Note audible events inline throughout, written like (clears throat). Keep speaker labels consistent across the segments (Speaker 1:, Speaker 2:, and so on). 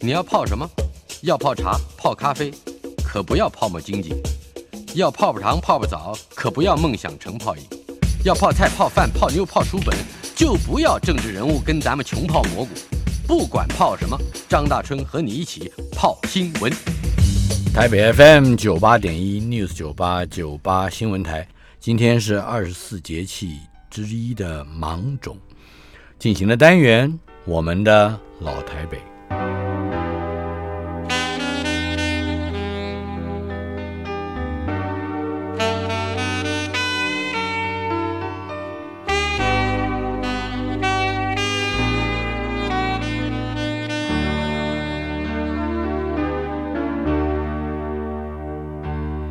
Speaker 1: 你要泡什么？要泡茶、泡咖啡，可不要泡沫经济；要泡泡糖、泡泡澡，可不要梦想成泡影；要泡菜、泡饭、泡妞、泡书本，就不要政治人物跟咱们穷泡蘑菇。不管泡什么，张大春和你一起泡新闻。
Speaker 2: 台北 FM 九八点一 News 九八九八新闻台，今天是二十四节气之一的芒种，进行的单元我们的老台北。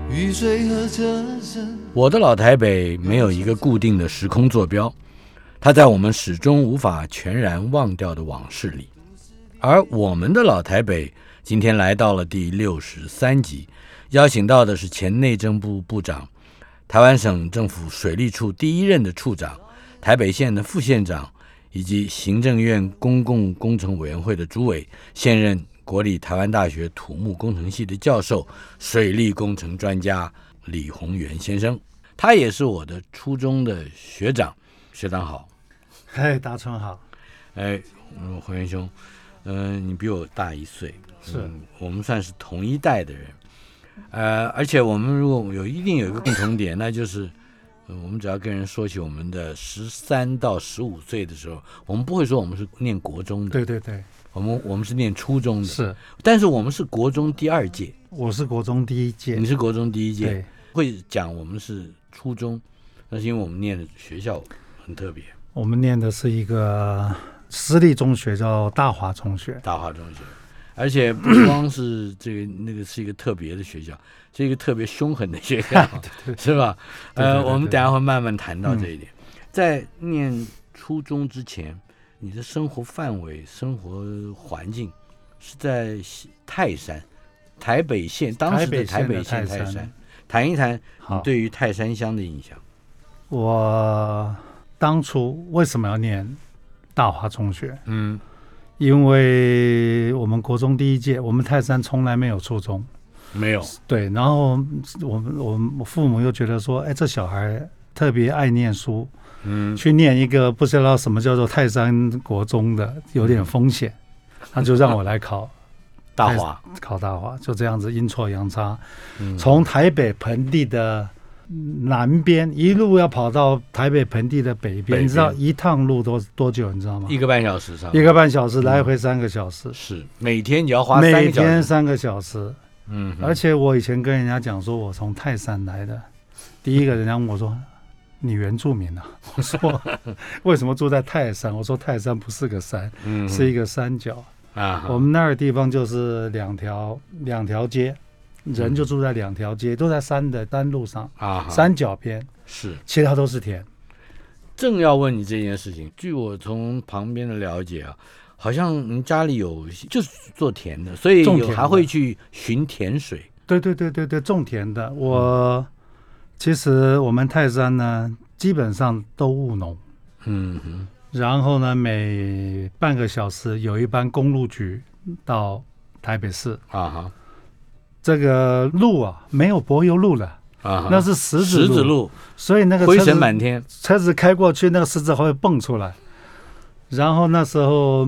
Speaker 3: 雨水和车声，
Speaker 2: 我的老台北没有一个固定的时空坐标，它在我们始终无法全然忘掉的往事里。而我们的老台北今天来到了第六十三集，邀请到的是前内政部部长、台湾省政府水利处第一任的处长、台北县的副县长，以及行政院公共工程委员会的主委，现任国立台湾大学土木工程系的教授、水利工程专家李宏源先生。他也是我的初中的学长，学长好。
Speaker 4: 嗨，大春好，
Speaker 2: 哎，嗯，洪元兄，嗯、你比我大一岁，
Speaker 4: 是
Speaker 2: 嗯我们算是同一代的人，呃，而且我们如果有一定有一个共同
Speaker 4: (laughs)
Speaker 2: 点，那就是、呃我们只要跟人说起我们的十三到十五岁的时候，我们不会说我们是念国中的，
Speaker 4: 对对对，
Speaker 2: 我们我们是念初中
Speaker 3: 嗯
Speaker 2: 的，
Speaker 4: 是，
Speaker 2: 但是我们是国中第二届，
Speaker 4: 我是国中第一届
Speaker 3: 嗯
Speaker 2: 你，是国中第一届，
Speaker 4: 对，
Speaker 2: 会讲我们是初中，那是因为我们念的学校很特别，
Speaker 4: 我们念的是一个私立中学，叫大华中学，
Speaker 2: 大华中学，而且不光是这个那个是一个特别的学
Speaker 4: (laughs)
Speaker 2: 校，是一个特别凶狠的学校，是吧？
Speaker 4: 对对
Speaker 2: 呃，
Speaker 4: 对对嗯
Speaker 2: 我们等一下会慢慢谈到这一点。在念初中之前，你的生活范围、生活环境是在西泰山，台北县当时的台
Speaker 4: 台
Speaker 2: 北县
Speaker 4: 北县的
Speaker 2: 泰
Speaker 4: 泰
Speaker 2: 山
Speaker 4: 山。
Speaker 2: 谈一谈你
Speaker 4: 好，
Speaker 2: 对于泰山乡的印象。
Speaker 4: 我当初为什么要念大华中学？
Speaker 2: 嗯，
Speaker 4: 因为我们国中第一届，我们泰山从来没有初中，
Speaker 2: 没有，
Speaker 4: 对，然后我们我们我父母又觉得说，哎，这小孩特别爱念书，
Speaker 2: 嗯，
Speaker 4: 去念一个不知道什么叫做泰山国中的，有点
Speaker 2: (laughs)
Speaker 4: 风险，那就让我来考。
Speaker 2: 大华，
Speaker 4: 考大华，就这样子阴错阳差，
Speaker 2: 嗯
Speaker 4: 从台北盆地的南边一路要跑到台北盆地的北
Speaker 2: 北
Speaker 4: 边，
Speaker 2: 边
Speaker 4: 你知道一趟路多多久？你知道吗？
Speaker 2: 一个半小时上，
Speaker 4: 一个半小时，来回三个小时，
Speaker 2: 是每天你要花三
Speaker 4: 每
Speaker 2: 个小
Speaker 4: 天
Speaker 2: 时，
Speaker 4: 三个小时。
Speaker 2: 嗯哼，
Speaker 4: 而且我以前跟人家讲说，我从泰山来的，第一个人家问我说。你原住民啊？ (laughs) 我说为什么住在泰山？我说泰山不是个山，
Speaker 2: 嗯哼
Speaker 4: 是一个山脚。
Speaker 2: 啊，
Speaker 4: 我们那儿地方就是两条两条街，人就住在两条街，都在山的山路上、
Speaker 2: 嗯啊，
Speaker 4: 山脚边，
Speaker 2: 是
Speaker 4: 其他都是田。
Speaker 2: 正要问你这件事情。据我从旁边的了解啊，好像您家里有就是做田的，所以
Speaker 4: 种
Speaker 2: 有
Speaker 4: 田的
Speaker 2: 还会去寻田水。
Speaker 4: 对对对对对，种田的。
Speaker 2: 嗯
Speaker 4: 我、其实我们泰山呢，基本上都务农，
Speaker 2: 嗯哼，
Speaker 4: 然后呢，每半个小时有一班公路局到台北市。
Speaker 2: 啊哈
Speaker 4: 这个路啊，没有柏油路了，
Speaker 2: 啊哈，
Speaker 4: 那是石子
Speaker 2: 石
Speaker 4: 路，
Speaker 2: 子路，
Speaker 4: 所以那个
Speaker 2: 灰
Speaker 4: 车子
Speaker 2: 尘满天。
Speaker 4: 车子开过去，那个石子还会蹦出来。然后那时候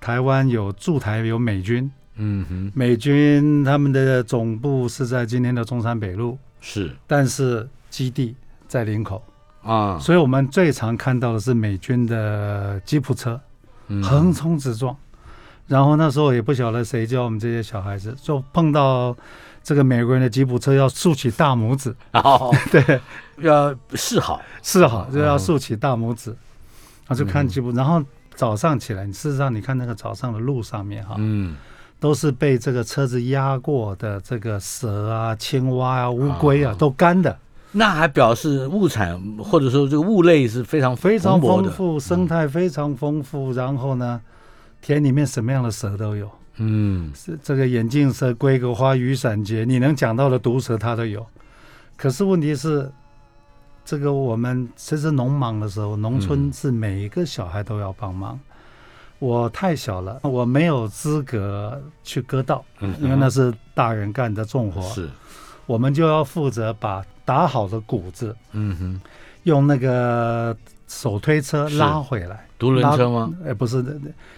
Speaker 4: 台湾有驻台有美军，
Speaker 2: 嗯哼，
Speaker 4: 美军他们的总部是在今天的中山北路，
Speaker 2: 是
Speaker 4: 但是基地在林口，
Speaker 2: 啊，
Speaker 4: 所以我们最常看到的是美军的吉普车
Speaker 2: 嗯
Speaker 4: 横
Speaker 2: (laughs)
Speaker 4: 冲直撞。然后那时候也不晓得谁教我们这些小孩子，就碰到这个美国人的吉普车要竖起大拇指， (laughs)
Speaker 2: 好
Speaker 4: 对，
Speaker 2: 哦要示好。
Speaker 4: 是哈，就
Speaker 2: 嗯
Speaker 4: 要竖起大拇指，啊，就看吉普。然后早上起来，事实上你看那个早上的路上面哈，
Speaker 2: 嗯，
Speaker 4: 都是被这个车子压过的这个蛇啊、青蛙啊、乌龟啊，都干的，
Speaker 2: 那还表示物产或者说这个物类是非常
Speaker 4: 非常
Speaker 2: 蓬勃
Speaker 4: 丰
Speaker 2: 的。
Speaker 4: 富，生态非常丰富。然后呢，田里面什么样的蛇都有，
Speaker 2: 嗯，
Speaker 4: 是这个眼镜蛇、龟壳花、雨伞节，你能讲到的毒蛇它都有。可是问题是。这
Speaker 2: 嗯
Speaker 4: 个我们其实农忙的时候，农村是每一个小孩都要帮忙，我太小了，我没有资格去割稻，
Speaker 2: 嗯
Speaker 4: 因为那是大人干的重活。
Speaker 2: 是，
Speaker 4: 我们就要负责把打好的谷子
Speaker 2: 嗯哼，
Speaker 4: 用那个手推车
Speaker 2: 是
Speaker 4: 拉回来。
Speaker 2: 独轮车吗？
Speaker 4: 哎，不是，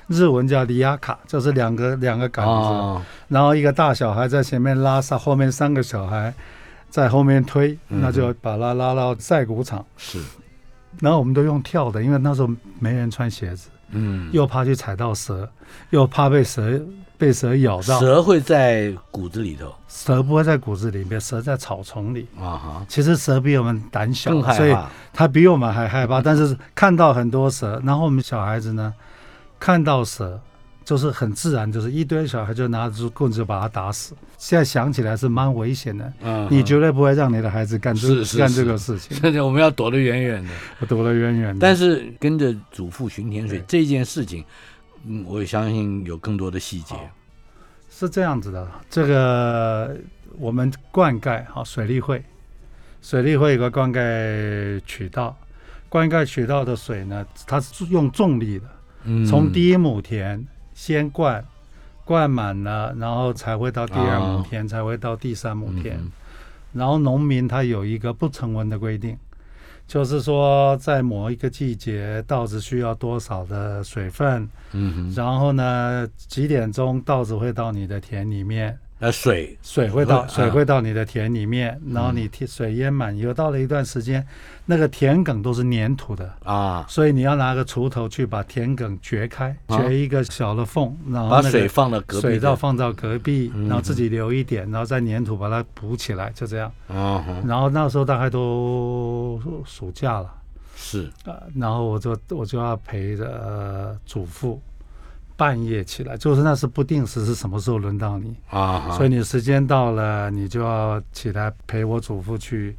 Speaker 4: 日文叫里亚卡，就是两个两个杆子，
Speaker 2: 哦，
Speaker 4: 然后一个大小孩在前面拉上，后面三个小孩在后面推，
Speaker 2: 嗯
Speaker 4: 那就把它拉到晒谷场。
Speaker 2: 是，
Speaker 4: 然后我们都用跳的，因为那时候没人穿鞋子，
Speaker 2: 嗯，
Speaker 4: 又怕去踩到蛇，又怕被蛇被蛇咬到。
Speaker 2: 蛇会在骨子里头
Speaker 4: 蛇不会在谷子里面，蛇在草丛里。
Speaker 2: 啊哈，
Speaker 4: 其实蛇比我们胆小
Speaker 2: 更，害
Speaker 4: 所以
Speaker 2: 怕，嗯
Speaker 4: 它比我们还害怕。但是看到很多蛇，然后我们小孩子呢，看到蛇就是很自然，就是一堆小孩就拿着棍子把它打死。现在想起来是蛮危险的，
Speaker 2: 嗯哼 (laughs)
Speaker 4: 你绝对不会让你的孩子干这
Speaker 2: 是是
Speaker 4: 干
Speaker 2: 是
Speaker 4: 这个事
Speaker 2: (laughs)
Speaker 4: 情，
Speaker 2: 真的我们要躲得远远的。
Speaker 4: 我躲得远远的。
Speaker 2: 但
Speaker 4: 是
Speaker 2: 是跟着祖父巡田水
Speaker 4: 对
Speaker 2: 这件事情，嗯，我相信有更多的细节。
Speaker 4: 是这样子的，这个我们灌溉哈、水利会，水利会有个灌溉渠道，灌溉渠道的水呢，它是用重力的。
Speaker 2: 嗯
Speaker 4: 从第一亩田先灌，灌满了，然后才会到第二亩田，才会到第三亩田。
Speaker 2: 啊嗯
Speaker 4: 然后农民他有一个不成文的规定，就是说在某一个季节，稻子需要多少的水分，
Speaker 2: 嗯哼，
Speaker 4: 然后呢几点钟稻子会到你的田里面。
Speaker 2: 那水
Speaker 4: 水会到
Speaker 2: 会
Speaker 4: 水
Speaker 2: 啊嗯
Speaker 4: 会到你的田里面，然后你田水淹满以后，到了一段时间，那个田埂都是粘土的，
Speaker 2: 啊，
Speaker 4: 所以你要拿个锄头去把田埂掘开，
Speaker 2: 啊
Speaker 4: 掘一个小的缝，然后
Speaker 2: 把
Speaker 4: 那个
Speaker 2: 啊水放到隔壁
Speaker 4: 水
Speaker 2: 的
Speaker 4: 稻，放到隔壁，
Speaker 2: 嗯
Speaker 4: 然后自己留一点，然后再粘土把它补起来，就这样。
Speaker 2: 嗯哼，
Speaker 4: 然后那时候大概都暑假了，
Speaker 2: 是
Speaker 4: 呃，然后我就我就要陪着、呃、祖父半夜起来，就是那是不定时是什么时候轮到你，
Speaker 2: 啊哈，
Speaker 4: 所以你时间到了，你就要起来陪我祖父去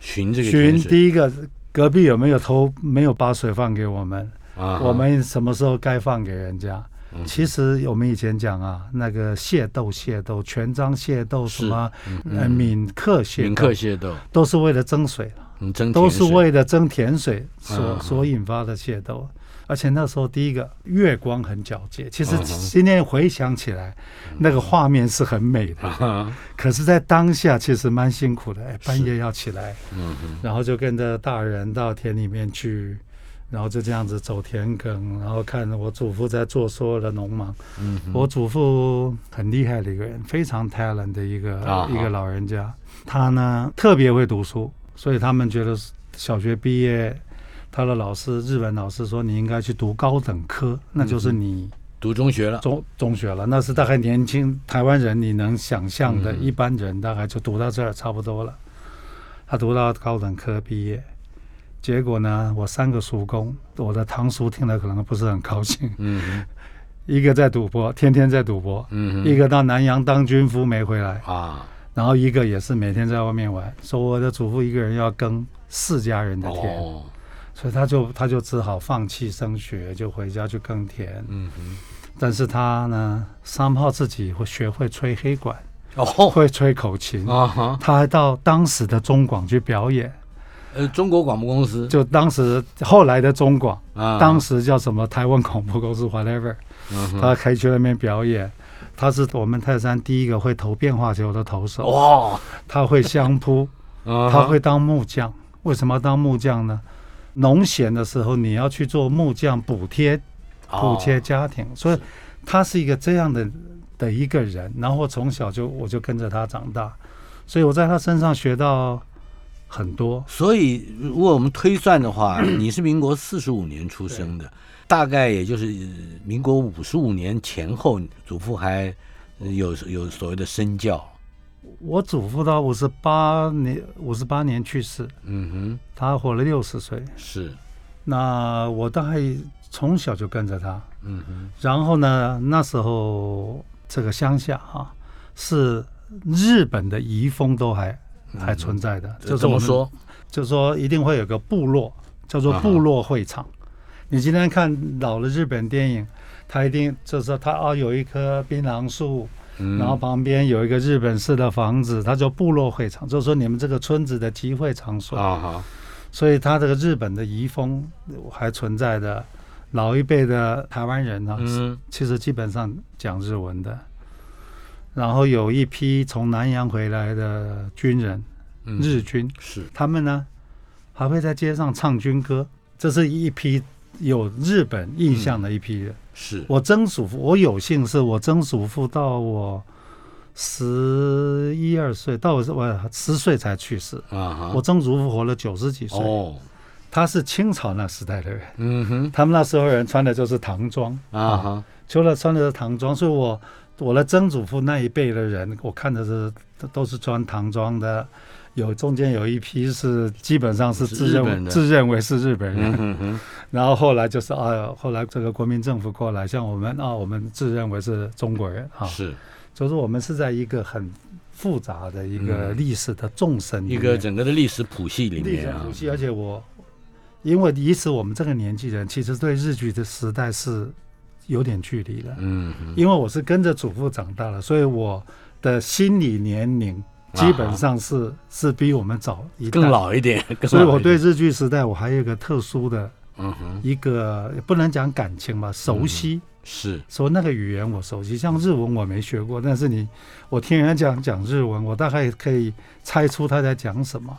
Speaker 2: 寻这个
Speaker 4: 寻
Speaker 2: 田水
Speaker 4: 第一个隔壁有没有偷没有把水放给我们。
Speaker 2: 啊哈，嗯
Speaker 4: 我们什么时候该放给人家？其实我们以前讲啊，那个械斗、械斗、全章械斗，什么呃闽客械
Speaker 2: 嗯闽客
Speaker 4: 斗，
Speaker 2: 械斗，
Speaker 4: 都是为了争水，
Speaker 2: 嗯，争
Speaker 4: 都
Speaker 2: 田
Speaker 4: 是
Speaker 2: 水
Speaker 4: 为了争甜水所
Speaker 2: 嗯
Speaker 4: 所引发的械斗。而且那时候第一个月光很皎洁，其实
Speaker 2: 嗯哼嗯
Speaker 4: 今天回想起来，那个画面是很美的。
Speaker 2: 啊哈，
Speaker 4: 可是，在当下其实蛮辛苦的，哎，半
Speaker 2: 是
Speaker 4: 夜要起来，
Speaker 2: 嗯哼，
Speaker 4: 然后就跟着大人到田里面去，然后就这样子走田埂，然后看我祖父在做所有的农忙。
Speaker 2: 嗯哼，
Speaker 4: 我祖父很厉害的一个人，非常 talent 的一个、
Speaker 2: 啊哈
Speaker 4: 一个老人家，他呢特别会读书，所以他们觉得小学毕业，他的老师日本老师说你应该去读高等科，那
Speaker 2: 嗯
Speaker 4: 就是你
Speaker 2: 读中学了，
Speaker 4: 中中学了，那是大概年轻台湾人你能想象的，
Speaker 2: 嗯
Speaker 4: 一般人大概就读到这儿差不多了。他读到高等科毕业，结果呢，我三个叔公，我的堂叔听了可能不是很高兴， (laughs)
Speaker 2: 嗯哼，
Speaker 4: 一个在赌博，天天在赌博，
Speaker 2: 嗯哼，
Speaker 4: 一个到南洋当军夫没回来，
Speaker 2: 啊，
Speaker 4: 然后一个也是每天在外面玩，说我的祖父一个人要耕四家人的田，
Speaker 2: 哦，
Speaker 4: 所以他就他就只好放弃升学，就回家去耕田。
Speaker 2: 嗯哼，
Speaker 4: 但是他呢，三炮自己会学会吹黑管，
Speaker 2: 哦，
Speaker 4: 会吹口琴，
Speaker 2: 啊哈，
Speaker 4: 他还到当时的中广去表演，
Speaker 2: 呃，中国广播公司
Speaker 4: 就当时后来的中广，
Speaker 2: 啊，
Speaker 4: 当时叫什么台湾广播公司 whatever，
Speaker 2: 嗯哼
Speaker 4: 他可以去那边表演。他是我们泰山第一个会投变化球的投手，
Speaker 2: 哇，
Speaker 4: 他会相扑，
Speaker 2: 哦 (laughs) 啊
Speaker 4: 他会当木匠。为什么要当木匠呢？农闲的时候你要去做木匠补贴
Speaker 2: 哦
Speaker 4: 补贴家庭，所以他是一个这样的的一个人。然后我从小就我就跟着他长大，所以我在他身上学到很多。
Speaker 2: 所以，如果我们推算的
Speaker 4: (clears throat)
Speaker 2: 话，你是民国四十五年出生的，大概也就是呃民国五十五年前后，祖父还呃有有所谓的身教。
Speaker 4: 我祖父到五十八年五十八年去世，
Speaker 2: 嗯
Speaker 4: 他活了六十岁。
Speaker 2: 哼，是，
Speaker 4: 那我大概从小就跟着他，
Speaker 2: 嗯哼，
Speaker 4: 然后呢，那时候这个乡下哈、是日本的遗风都还
Speaker 2: 嗯
Speaker 4: 还存在的，就是
Speaker 2: 怎
Speaker 4: 我
Speaker 2: 么
Speaker 4: 们
Speaker 2: 说？
Speaker 4: 就说一定会有个部落，叫
Speaker 2: 啊
Speaker 4: 做部落会场。你今天看老的日本电影，它一定就是它啊有一棵槟榔树，
Speaker 2: 嗯
Speaker 4: 然后旁边有一个日本式的房子，它叫部落会场，就是说你们这个村子的集会场所。
Speaker 2: 啊哈，
Speaker 4: 所以它这个日本的遗风还存在的。老一辈的台湾人呢、
Speaker 2: 嗯
Speaker 4: 其实基本上讲日文的。然后有一批从南洋回来的军人，
Speaker 2: 嗯
Speaker 4: 日军，
Speaker 2: 是
Speaker 4: 他们呢还会在街上唱军歌，这是一批有日本印象的一批人。
Speaker 2: 是
Speaker 4: 我曾祖父，我有幸是我曾祖父到我十一二岁，到我我十岁才去世。
Speaker 2: 啊哈
Speaker 4: 我曾祖父活了九十几岁，
Speaker 2: 哦
Speaker 4: 他是清朝那时代的人，
Speaker 2: 嗯哼
Speaker 4: 他们那时候人穿的就是唐装，
Speaker 2: 啊哈
Speaker 4: 除了穿的是唐装，所以我我的曾祖父那一辈的人，我看的是都都是穿唐装的，有中间有一批是基本上是
Speaker 2: 是
Speaker 4: 自
Speaker 2: 日
Speaker 4: 认
Speaker 2: 本
Speaker 4: 为
Speaker 2: 的
Speaker 4: 自认为是日本
Speaker 2: 嗯
Speaker 4: 人，
Speaker 2: 哼哼
Speaker 4: (laughs) 然后后来就是啊，后来这个国民政府过来，像我们啊，我们自认为是中国人啊，
Speaker 2: 是
Speaker 4: 就是我们是在一个很复杂的一个历史的纵深
Speaker 2: 嗯一
Speaker 4: 里面、
Speaker 2: 个整个的历史谱系里
Speaker 4: 历史
Speaker 2: 面啊
Speaker 4: 谱系，而且我因为以此我们这个年纪人，其实对日剧的时代是有点距离的，
Speaker 2: 嗯哼
Speaker 4: 因为我是跟着祖父长大的，所以我的心理年龄基本上是、是比我们早一代
Speaker 2: 啊更，老一点，更
Speaker 4: 所以
Speaker 2: 老
Speaker 4: 我
Speaker 2: 一
Speaker 4: 对
Speaker 2: 点
Speaker 4: 日剧时代我还有一个特殊的
Speaker 2: 嗯哼嗯
Speaker 4: 一个也不能讲感情吧，熟悉。
Speaker 2: 是
Speaker 4: 说那个语言我熟悉，像日文我没学过，但是你我听人家讲讲日文，我大概可以猜出他在讲
Speaker 2: (laughs)
Speaker 4: 什么。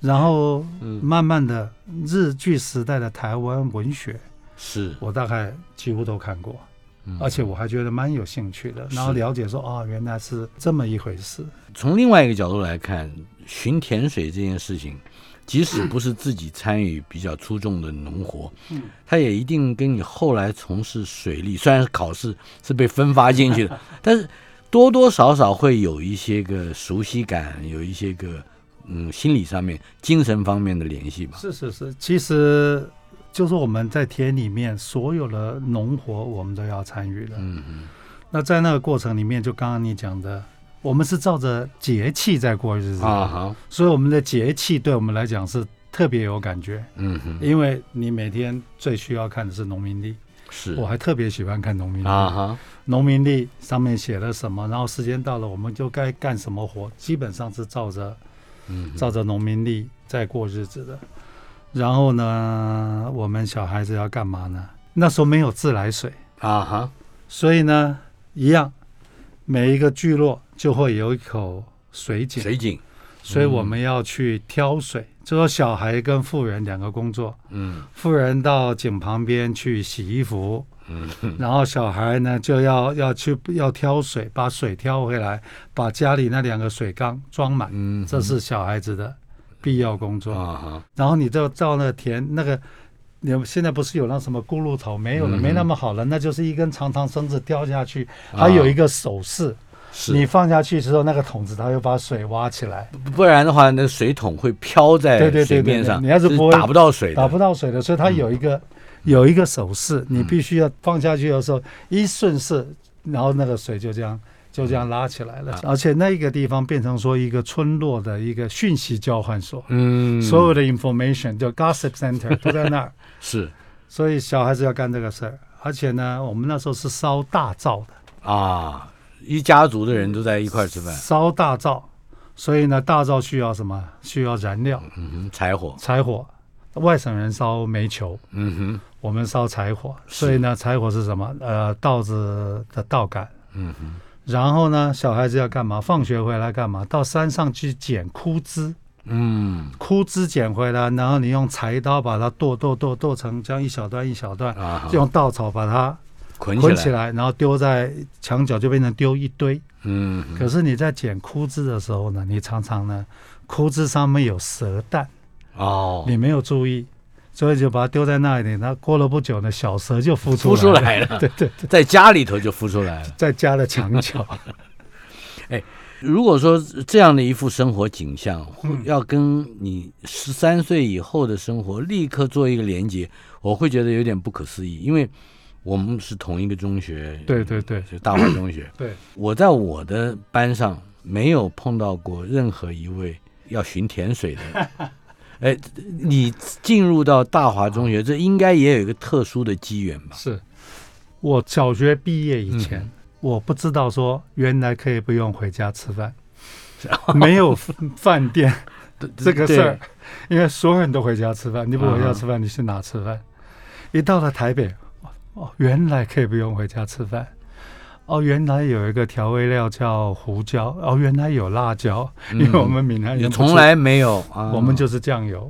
Speaker 4: 然后
Speaker 2: 嗯
Speaker 4: 慢慢的日剧时代的台湾文学，
Speaker 2: 是
Speaker 4: 我大概几乎都看过，
Speaker 2: 嗯
Speaker 4: 而且我还觉得蛮有兴趣的。
Speaker 2: 是
Speaker 4: 然后了解说啊、原来是这么一回事。
Speaker 2: 从另外一个角度来看，寻甜水这件事情，即使不是自己参与比较出众的农活，嗯，它也一定跟你后来从事水利，虽然考试是被分发进 (laughs) 去的，但是多多少少会有一些个熟悉感，有一些个嗯心理上面、精神方面的联系吧。
Speaker 4: 是是是，其实就是我们在田里面所有的农活，我们都要参与的。
Speaker 2: 嗯嗯，
Speaker 4: 那在那个过程里面，就刚刚你讲的，我们是照着节气在过日子，
Speaker 2: 啊哈，
Speaker 4: 所以我们的节气对我们来讲是特别有感觉，
Speaker 2: 嗯哼，
Speaker 4: 因为你每天最需要看的是农民历，
Speaker 2: 是
Speaker 4: 我还特别喜欢看农民历。
Speaker 2: 啊哈，
Speaker 4: 农民历上面写了什么，然后时间到了，我们就该干什么活，基本上是照着
Speaker 2: 嗯
Speaker 4: 照着农民历在过日子的。然后呢，我们小孩子要干嘛呢？那时候没有自来水。
Speaker 2: 啊哈，
Speaker 4: 所以呢，一样，每一个聚落就会有一口水井，
Speaker 2: 水井，
Speaker 4: 所以我们要去挑水。就说小孩跟妇人两个工作，
Speaker 2: 嗯
Speaker 4: 妇人到井旁边去洗衣服，
Speaker 2: 嗯
Speaker 4: 然后小孩呢就要要去要挑水，把水挑回来，把家里那两个水缸装满，
Speaker 2: 嗯，
Speaker 4: 这是小孩子的必要工作。
Speaker 2: 啊哈，
Speaker 4: 然后你就照那个田那个，你们现在不是有那什么咕噜头没有了，
Speaker 2: 嗯哼
Speaker 4: 没那么好了，那就是一根长长绳子掉下去，
Speaker 2: 啊
Speaker 4: 还有一个手势，
Speaker 2: 是
Speaker 4: 你放下去之后，那个桶子它会把水挖起来，
Speaker 2: 不然的话，那水桶会飘
Speaker 4: 对
Speaker 2: 在
Speaker 4: 对对
Speaker 2: 水
Speaker 4: 对对
Speaker 2: 面上，
Speaker 4: 你要是不会
Speaker 2: 打不到水的，嗯
Speaker 4: 打不到水的，所以它有一个有一个手势，你必须要放下去的时候一顺势，然后那个水就这样。就这样拉起来
Speaker 2: 啊
Speaker 4: 了，而且那个地方变成说一个村落的一个讯息交换所，
Speaker 2: 嗯，
Speaker 4: 所有的 information 就 gossip center 都在那
Speaker 2: (laughs)
Speaker 4: 儿，
Speaker 2: 是
Speaker 4: 所以小孩子要干这个事儿。而且呢，我们那时候是烧大灶的，
Speaker 2: 啊，一家族的人都在一块儿吃饭，
Speaker 4: 烧大灶，所以呢，大灶需要什么？需要燃料、
Speaker 2: 嗯哼，柴火，
Speaker 4: 柴火。外省人烧煤球，
Speaker 2: 嗯
Speaker 4: 我们烧柴火，
Speaker 2: 是
Speaker 4: 所以呢，柴火是什么？呃，稻子的稻杆。
Speaker 2: 哼，嗯哼，
Speaker 4: 然后呢，小孩子要干嘛？放学回来干嘛？到山上去捡枯枝，
Speaker 2: 嗯
Speaker 4: 枯枝捡回来，然后你用柴刀把它剁剁剁剁成这样一小段一小段，
Speaker 2: 啊哈，
Speaker 4: 用稻草把它
Speaker 2: 捆
Speaker 4: 捆
Speaker 2: 起
Speaker 4: 起
Speaker 2: 来，
Speaker 4: 来，然后丢在墙角就变成丢一堆。
Speaker 2: 嗯哼，
Speaker 4: 可是你在捡枯枝的时候呢，你常常呢，枯枝上面有蛇蛋，
Speaker 2: 哦，
Speaker 4: 你没有注意，所以就把它丢在那里。那过了不久呢，小蛇就孵出
Speaker 2: 孵出
Speaker 4: 来
Speaker 2: 来
Speaker 4: 了，
Speaker 2: 了，
Speaker 4: (laughs) 对对对，
Speaker 2: 在家里头就孵出来了。
Speaker 4: 在家的墙
Speaker 2: (laughs)
Speaker 4: 角。
Speaker 2: 如果说这样的一副生活景象，
Speaker 4: 嗯
Speaker 2: 要跟你十三岁以后的生活立刻做一个连接，我会觉得有点不可思议，因为我们是同一个中学，
Speaker 4: 对对对
Speaker 2: 就大华中学。
Speaker 4: 对，
Speaker 2: 我在我的班上没有碰到过任何一位要寻甜水的人。
Speaker 4: (laughs)
Speaker 2: 哎，你进入到大华中学，这应该也有一个特殊的机缘吧？
Speaker 4: 是我小学毕业以前，
Speaker 2: 嗯
Speaker 4: 我不知道说原来可以不用回家吃
Speaker 2: (laughs)
Speaker 4: 饭，没有饭店 (laughs)
Speaker 2: 啊
Speaker 4: 这个事儿，因为所有人都回家吃饭，你不回家吃饭，你去哪吃饭？一到了台北，哦，原来可以不用回家吃饭。哦，原来有一个调味料叫胡椒，哦，原来有辣椒，因为我们闽南
Speaker 2: 也
Speaker 4: 人
Speaker 2: 嗯
Speaker 4: 不
Speaker 2: 从
Speaker 4: 吃
Speaker 2: 来没有啊，
Speaker 4: 我们就是酱油，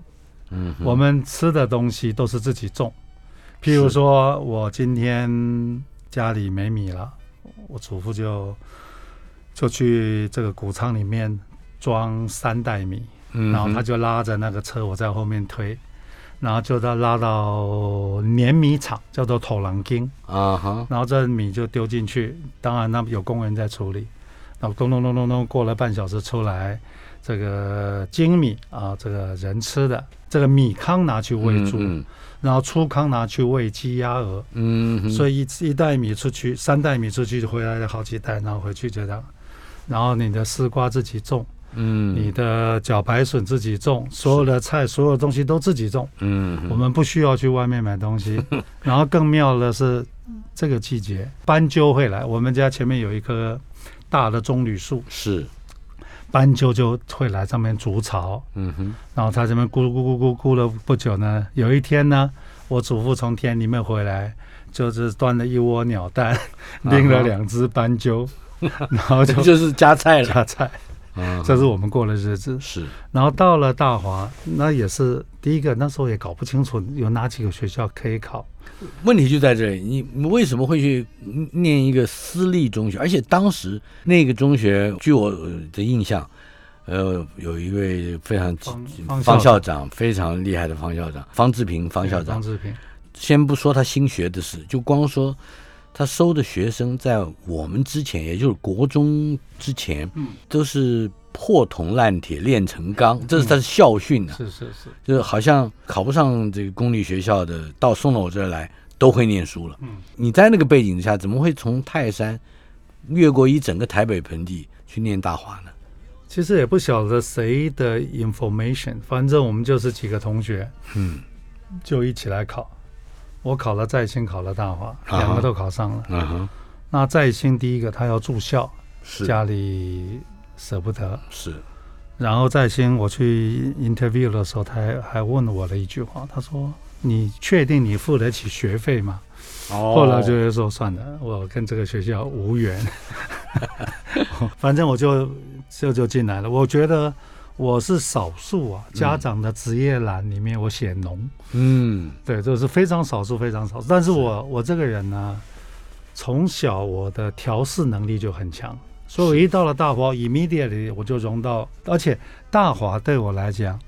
Speaker 2: 嗯哼
Speaker 4: 我们吃的东西都是自己种。譬如
Speaker 2: 是
Speaker 4: 说，我今天家里没米了，我祖父就就去这个谷仓里面装三袋米，
Speaker 2: 嗯哼
Speaker 4: 然后他就拉着那个车，我在后面推，然后就到拉到碾米厂，叫做土狼经，
Speaker 2: 啊哈，
Speaker 4: 然后这米就丢进去，当然那有工人在处理，然后咚咚咚咚咚，过了半小时出来，这个精米啊，这个人吃的，这个米糠拿去喂猪，
Speaker 2: 嗯
Speaker 4: 然后粗糠拿去喂鸡鸭鹅，
Speaker 2: 嗯，
Speaker 4: 所
Speaker 2: 以
Speaker 4: 以一一袋米出去，三袋米出去回来了好几袋，然后回去就这样，然后你的丝瓜自己种。
Speaker 2: 嗯
Speaker 4: 你的茭白笋自己种，所有的菜、所有东西都自己种，
Speaker 2: 嗯哼
Speaker 4: 我们不需要去外面买东西。然后更妙的是，这个季节斑鸠会来，我们家前面有一棵大的棕榈树，
Speaker 2: 是
Speaker 4: 斑鸠就会来上面筑巢，
Speaker 2: 嗯哼
Speaker 4: 然后它这边咕噜咕噜咕噜咕了不久呢，有一天呢，我祖父从田里面回来，就是端了一窝鸟蛋，拎了两只斑鸠，然后就
Speaker 2: 就是加菜了，
Speaker 4: 下菜，
Speaker 2: 啊
Speaker 4: 这是我们过的日子。
Speaker 2: 是
Speaker 4: 然后到了大华，那也是第一个，那时候也搞不清楚有哪几个学校可以考。
Speaker 2: 问题就在这里，你你为什么会去念一个私立中学？而且当时那个中学，据我的印象，呃，有一位非常
Speaker 4: 方
Speaker 2: 方
Speaker 4: 方校
Speaker 2: 校长非常厉害的方校长，方志平方校长。
Speaker 4: 张志平，
Speaker 2: 先不说他新学的事，就光说他收的学生，在我们之前，也就是国中之前，
Speaker 4: 嗯
Speaker 2: 都是破铜烂铁炼成钢，这是他的校训啊。
Speaker 4: 是是是，
Speaker 2: 就是好像考不上这个公立学校的，到送到我这儿来都会念书了。
Speaker 4: 嗯，
Speaker 2: 你在那个背景之下，怎么会从泰山越过一整个台北盆地去念大华呢？
Speaker 4: 其实也不晓得谁的 information，反正我们就是几个同学，
Speaker 2: 嗯，
Speaker 4: 就一起来考。我考了在兴，考了大华，
Speaker 2: 哈
Speaker 4: 两个都考上了。
Speaker 2: 嗯哼，
Speaker 4: 那在兴第一个他要住校，
Speaker 2: 是
Speaker 4: 家里舍不得。
Speaker 2: 是，
Speaker 4: 然后在兴我去 interview 的时候，他还还问我了一句话，他说：“你确定你付得起学费吗？”
Speaker 2: 哦
Speaker 4: 后来就是说算了，我跟这个学校无缘， (laughs) 反正我就就就进来了。我觉得我是少数啊，家长的职业栏里面我写农，
Speaker 2: 嗯
Speaker 4: 对，这是非常少数，非常少数。但是我我这个人呢，从小我的调试能力就很强，所以我一到了大华，immediately 我就融到，而且大华对我来讲，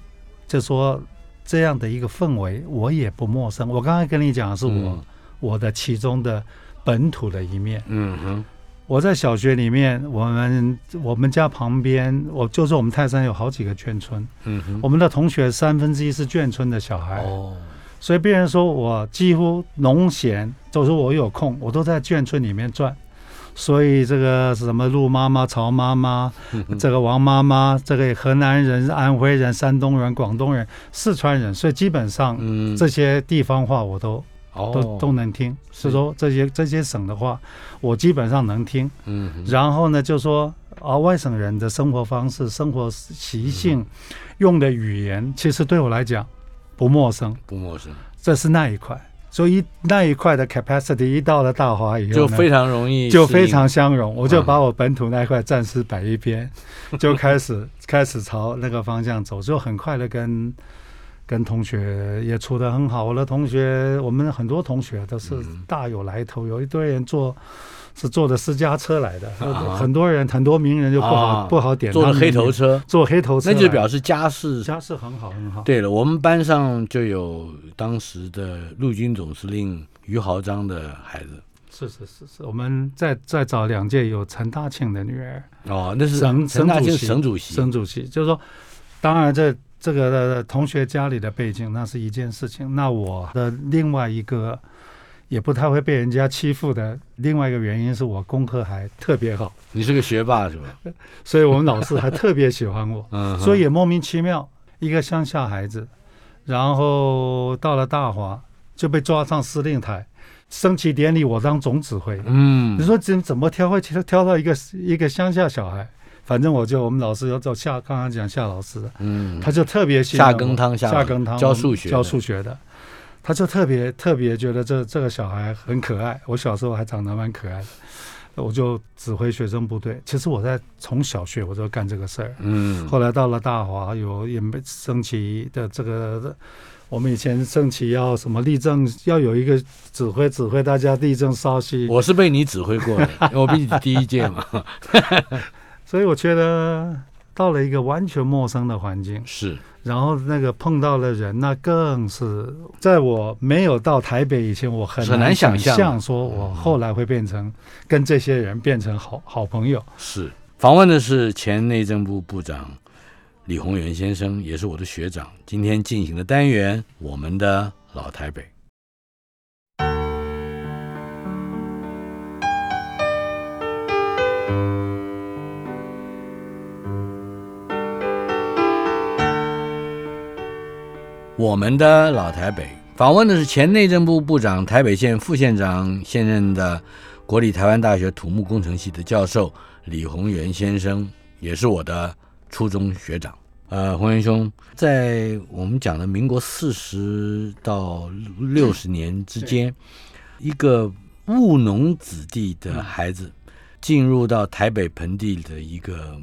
Speaker 4: 就说这样的一个氛围我也不陌生。我刚才跟你讲的是我、
Speaker 2: 嗯
Speaker 4: 我的其中的本土的一面。
Speaker 2: 嗯哼
Speaker 4: 我在小学里面，我们我们家旁边，我就是我们泰山有好几个眷村，
Speaker 2: 嗯哼，
Speaker 4: 我们的同学三分之一是眷村的小孩。
Speaker 2: 哦
Speaker 4: 所以别人说我几乎农闲，就是我有空，我都在眷村里面转。所以这个什么陆妈妈、曹妈妈，
Speaker 2: 嗯
Speaker 4: 这个王妈妈，这个河南人、安徽人、山东人、广东人、四川人，所以基本上
Speaker 2: (laughs) 嗯
Speaker 4: 这些地方话我都
Speaker 2: 哦
Speaker 4: 都都能听，是说这些这些省的话，我基本上能听。
Speaker 2: 嗯哼
Speaker 4: 然后呢，就说啊，外省人的生活方式、生活习
Speaker 2: 嗯
Speaker 4: 性、用的语言，其实对我来讲不陌生。
Speaker 2: 不陌生，
Speaker 4: 这是那一块，所以那一块的 capacity 一到了大华以后
Speaker 2: 就
Speaker 4: 呢
Speaker 2: 非常容易
Speaker 4: 就
Speaker 2: 适应啊
Speaker 4: 非常相容，我就把我本土那一块暂时摆
Speaker 2: (laughs)
Speaker 4: 一边，就开始开始朝那个方向走，就很快的跟跟同学也处得很好。我的同学，我们很多同学都是
Speaker 2: 嗯
Speaker 4: 大有来头，有一堆人坐是坐的私家车来的，
Speaker 2: 啊
Speaker 4: 很多人很多名人就不好、
Speaker 2: 啊
Speaker 4: 不好点他
Speaker 2: 坐
Speaker 4: 们
Speaker 2: 了
Speaker 4: 名字，
Speaker 2: 黑头车，
Speaker 4: 坐黑头车
Speaker 2: 那
Speaker 4: 来，
Speaker 2: 就表示家世
Speaker 4: 家世很好很好。
Speaker 2: 对了，我们班上就有当时的陆军总司令于豪章的孩子。
Speaker 4: 是是是是，我们再再早两届有陈大庆的女儿，
Speaker 2: 哦，那是
Speaker 4: 省
Speaker 2: 陈
Speaker 4: 省
Speaker 2: 大
Speaker 4: 主
Speaker 2: 庆
Speaker 4: 席，
Speaker 2: 省主席。
Speaker 4: 省主席，就是说，当然这这个呃同学家里的背景那是一件事情，那我的另外一个也不太会被人家欺负的另外一个原因是我功课还特别好，
Speaker 2: 你是个学霸是吧？，
Speaker 4: 所以我们老师还特别喜欢我
Speaker 2: 嗯哼
Speaker 4: 所以也莫名其妙一个乡下孩子，然后到了大华就被抓上司令台，升旗典礼我当总指挥，
Speaker 2: 嗯
Speaker 4: 你，说怎怎么挑会挑挑到一个一个乡下小孩？反正我就我们老师要找夏，刚刚讲夏老师，
Speaker 2: 嗯，
Speaker 4: 他就特别喜欢
Speaker 2: 夏
Speaker 4: 我
Speaker 2: 羹汤夏
Speaker 4: 夏羹汤
Speaker 2: 教
Speaker 4: 我们
Speaker 2: 数学的
Speaker 4: 教数学的，他就特别特别觉得这这个小孩很可爱。我小时候还长得蛮可爱的，我就指挥学生部队。其实我在从小学我就干这个事儿，
Speaker 2: 嗯，
Speaker 4: 后来到了大华有也没升旗的这个。我们以前升旗要什么立正，要有一个指挥指挥大家立正稍息。
Speaker 2: 我是被你指挥过的，
Speaker 4: (laughs)
Speaker 2: 因为我比你第一届嘛，
Speaker 4: 所以我觉得到了一个完全陌生的环境，
Speaker 2: 是
Speaker 4: 然后那个碰到的人，那更是在我没有到台北以前，我很
Speaker 2: 很难想
Speaker 4: 想
Speaker 2: 象
Speaker 4: 象说我后来会变成跟这些人变成好好朋友。
Speaker 2: 是。访问的是前内政部部长李鸿源先生，也是我的学长。今天进行的单元，我们的老台北。我们的老台北访问的是前内政部部长、台北县副县长，现任的国立台湾大学土木工程系的教授李宏源先生，也是我的初中学长。呃，宏源兄，在我们讲的民国四十到六十年之间，一个务农子弟的孩子进入到台北盆地的一个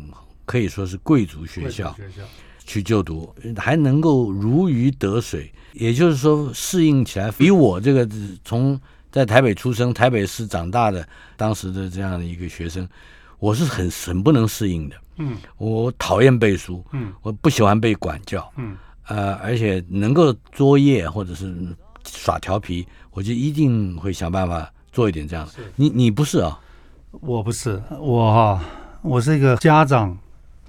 Speaker 2: 可以说是贵族学校，
Speaker 4: 学校，
Speaker 2: 去就读，还能够如鱼得水，也就是说适应起来，比我这个呃从在台北出生、台北市长大的当时的这样的一个学生，我是很很不能适应的。
Speaker 4: 嗯
Speaker 2: 我讨厌背书，
Speaker 4: 嗯
Speaker 2: 我不喜欢被管教，
Speaker 4: 嗯，
Speaker 2: 呃，而且能够作业或者是耍调皮，我就一定会想办法做一点这样的。你你不是啊？
Speaker 4: 我不是我哈、我是一个家长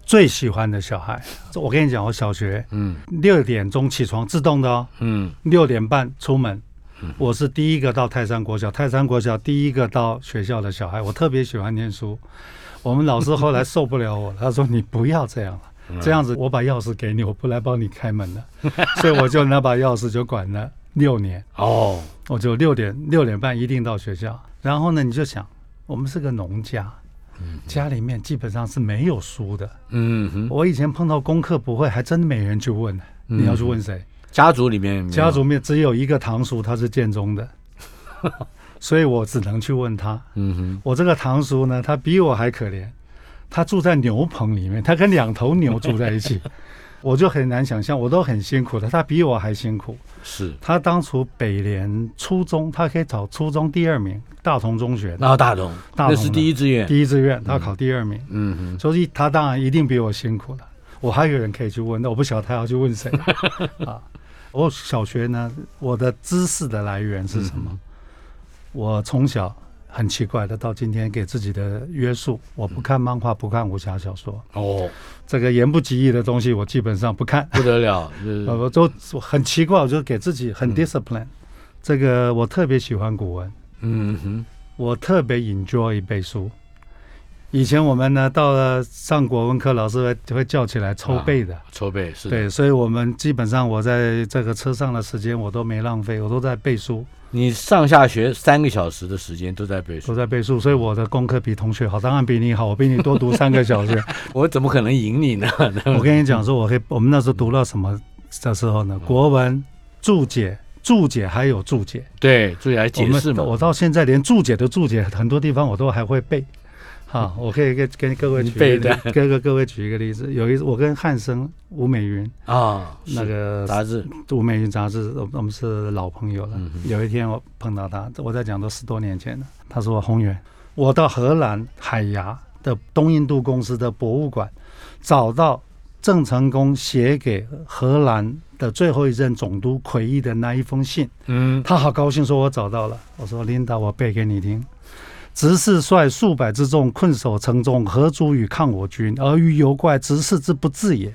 Speaker 4: 最喜欢的小孩。我跟你讲，我小学
Speaker 2: 嗯
Speaker 4: 六点钟起床，自动的哦，
Speaker 2: 嗯
Speaker 4: 六点半出门。我是第一个到泰山国小，泰山国小第一个到学校的小孩，我特别喜欢念书。我们老师后来受不了我，他说：“你不要这样了，这样子我把钥匙给你，我不来帮你开门了。”所以我就拿把钥匙就管了六年，
Speaker 2: 哦
Speaker 4: 我就六点六点半一定到学校。然后呢，你就想，我们是个农家，家里面基本上是没有书的。
Speaker 2: 嗯哼，
Speaker 4: 我以前碰到功课不会，还真没人去问，你要去问谁？
Speaker 2: 家族里面
Speaker 4: 家族里面只有一个堂叔，他是建中的， (laughs) 所以我只能去问他。
Speaker 2: 嗯哼
Speaker 4: 我这个堂叔呢，他比我还可怜，他住在牛棚里面，他跟两头牛住在一起， (laughs) 我就很难想象，我都很辛苦的，他比我还辛苦。
Speaker 2: 是，
Speaker 4: 他当初北联初中，他可以考初中第二名，大同中学
Speaker 2: 然后大同，
Speaker 4: 大
Speaker 2: 那
Speaker 4: 同
Speaker 2: 是
Speaker 4: 的
Speaker 2: 第一志愿。
Speaker 4: 第一志愿，他考第二名，
Speaker 2: 嗯哼，
Speaker 4: 所以他当然一定比我辛苦了。我还有人可以去问，那我不晓得他要去问谁 (laughs) 啊。我小学呢，我的知识的来源是什么？我从小很奇怪的，到今天给自己的约束，我不看漫画，不看武侠小说，
Speaker 2: 哦，
Speaker 4: 这个言不及义的东西我基本上不看。
Speaker 2: 不得了，就是 (laughs)
Speaker 4: 呃，我都我很奇怪，我就给自己很 discipline。这个我特别喜欢古文，
Speaker 2: 嗯哼，
Speaker 4: 我特别 enjoy 背书。以前我们呢，到了上国文课，老师会会叫起来抽背的，
Speaker 2: 筹备啊是的。
Speaker 4: 对，所以我们基本上我在这个车上的时间我都没浪费，我都在背书，
Speaker 2: 你上下学三个小时的时间都在背
Speaker 4: 都
Speaker 2: 书，
Speaker 4: 在背书，所以我的功课比同学好，当然比你好，我比你多读三个
Speaker 2: (laughs)
Speaker 4: 小时。
Speaker 2: 我怎么可能赢 (laughs) 你呢？
Speaker 4: 我跟你讲说，我可以，我们那时候读到什么的时候呢？
Speaker 2: 嗯
Speaker 4: 国文注解、注解还有注解，
Speaker 2: 对，注意来解释嘛。
Speaker 4: 我们我到现在连注解的注解，很多地方我都还
Speaker 2: (laughs)
Speaker 4: 会背。哈，我可以给跟各位
Speaker 2: 你
Speaker 4: 举一
Speaker 2: 背
Speaker 4: 个
Speaker 2: 的
Speaker 4: 例，各个各位举一个例子。有一次，我跟汉生、吴美云
Speaker 2: 啊，
Speaker 4: 那
Speaker 2: 是
Speaker 4: 个
Speaker 2: 杂嗯志，
Speaker 4: 吴美云杂志，我我们是老朋友了。有一天我碰到他，我在讲都十多年前了。他说：“宏源，我到荷兰海牙的东印度公司的博物馆，找到郑成功写给荷兰的最后一任总督奎义的那一封信。”
Speaker 2: 嗯，
Speaker 4: 他好高兴，说我找到了。我说琳达，我背给你听。执事率数百之众，困守城中，何足与抗我军？而于犹怪执事之不治也。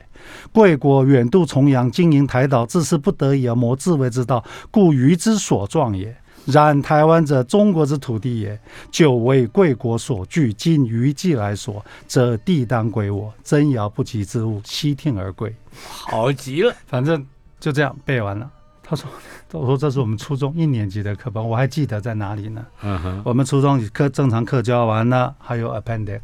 Speaker 4: 贵国远渡重洋，经营台岛，自是不得已而谋自卫之道，故愚之所壮也。然台湾者，中国之土地也，久为贵国所据，今于既来所，则地当归我。真遥不及之物，悉听而归。
Speaker 2: 好极了，
Speaker 4: 反正就这样背完了。他说：“ (laughs) 我说这是我们初中一年级的课本，我还记得在哪里呢？
Speaker 2: 嗯哼，
Speaker 4: 我们初中课正常课教完了，还有 appendix，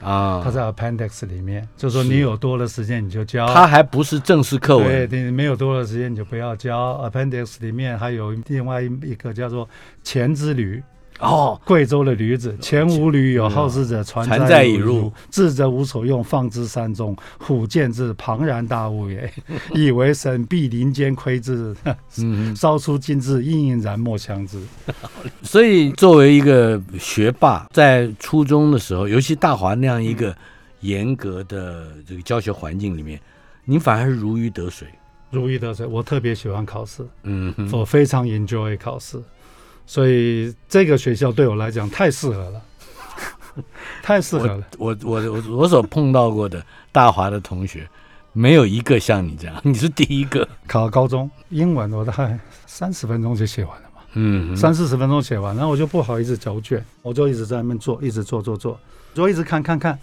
Speaker 2: 啊
Speaker 4: 它在 appendix 里面，就说你有多的时间你就教。
Speaker 2: 它还不是正式课
Speaker 4: 对，
Speaker 2: 文
Speaker 4: 你没有多的时间你就不要教。appendix 里面还有另外一个叫做前之驴，
Speaker 2: 哦，
Speaker 4: 贵州的驴子，前无驴友，好事者传
Speaker 2: 传载已
Speaker 4: 已
Speaker 2: 入
Speaker 4: 入，智者无所用，放之山中。虎见之，庞然大物也， (laughs) 以为神，必临间窥之。
Speaker 2: 嗯，
Speaker 4: 烧出金字，殷殷然莫相知。
Speaker 2: 所以作为一个学霸，在初中的时候，尤其大华那样一个严格的这个教学环境里面，你反而如鱼得水。
Speaker 4: 如鱼得水，我特别喜欢考试，
Speaker 2: 嗯哼，
Speaker 4: 我非常 enjoy 考试，所以这个学校对我来讲太适合 (laughs) 了，太适合了。
Speaker 2: 我我我我所碰到过的大华的同学，没有一个像你这样，你是第一个。
Speaker 4: 考高中英文，我大概三十分钟就写完了。
Speaker 2: 嗯
Speaker 4: 三四十分钟写完，然后我就不好意思交卷，我就一直在那边做，一直做做做，就一直看看看，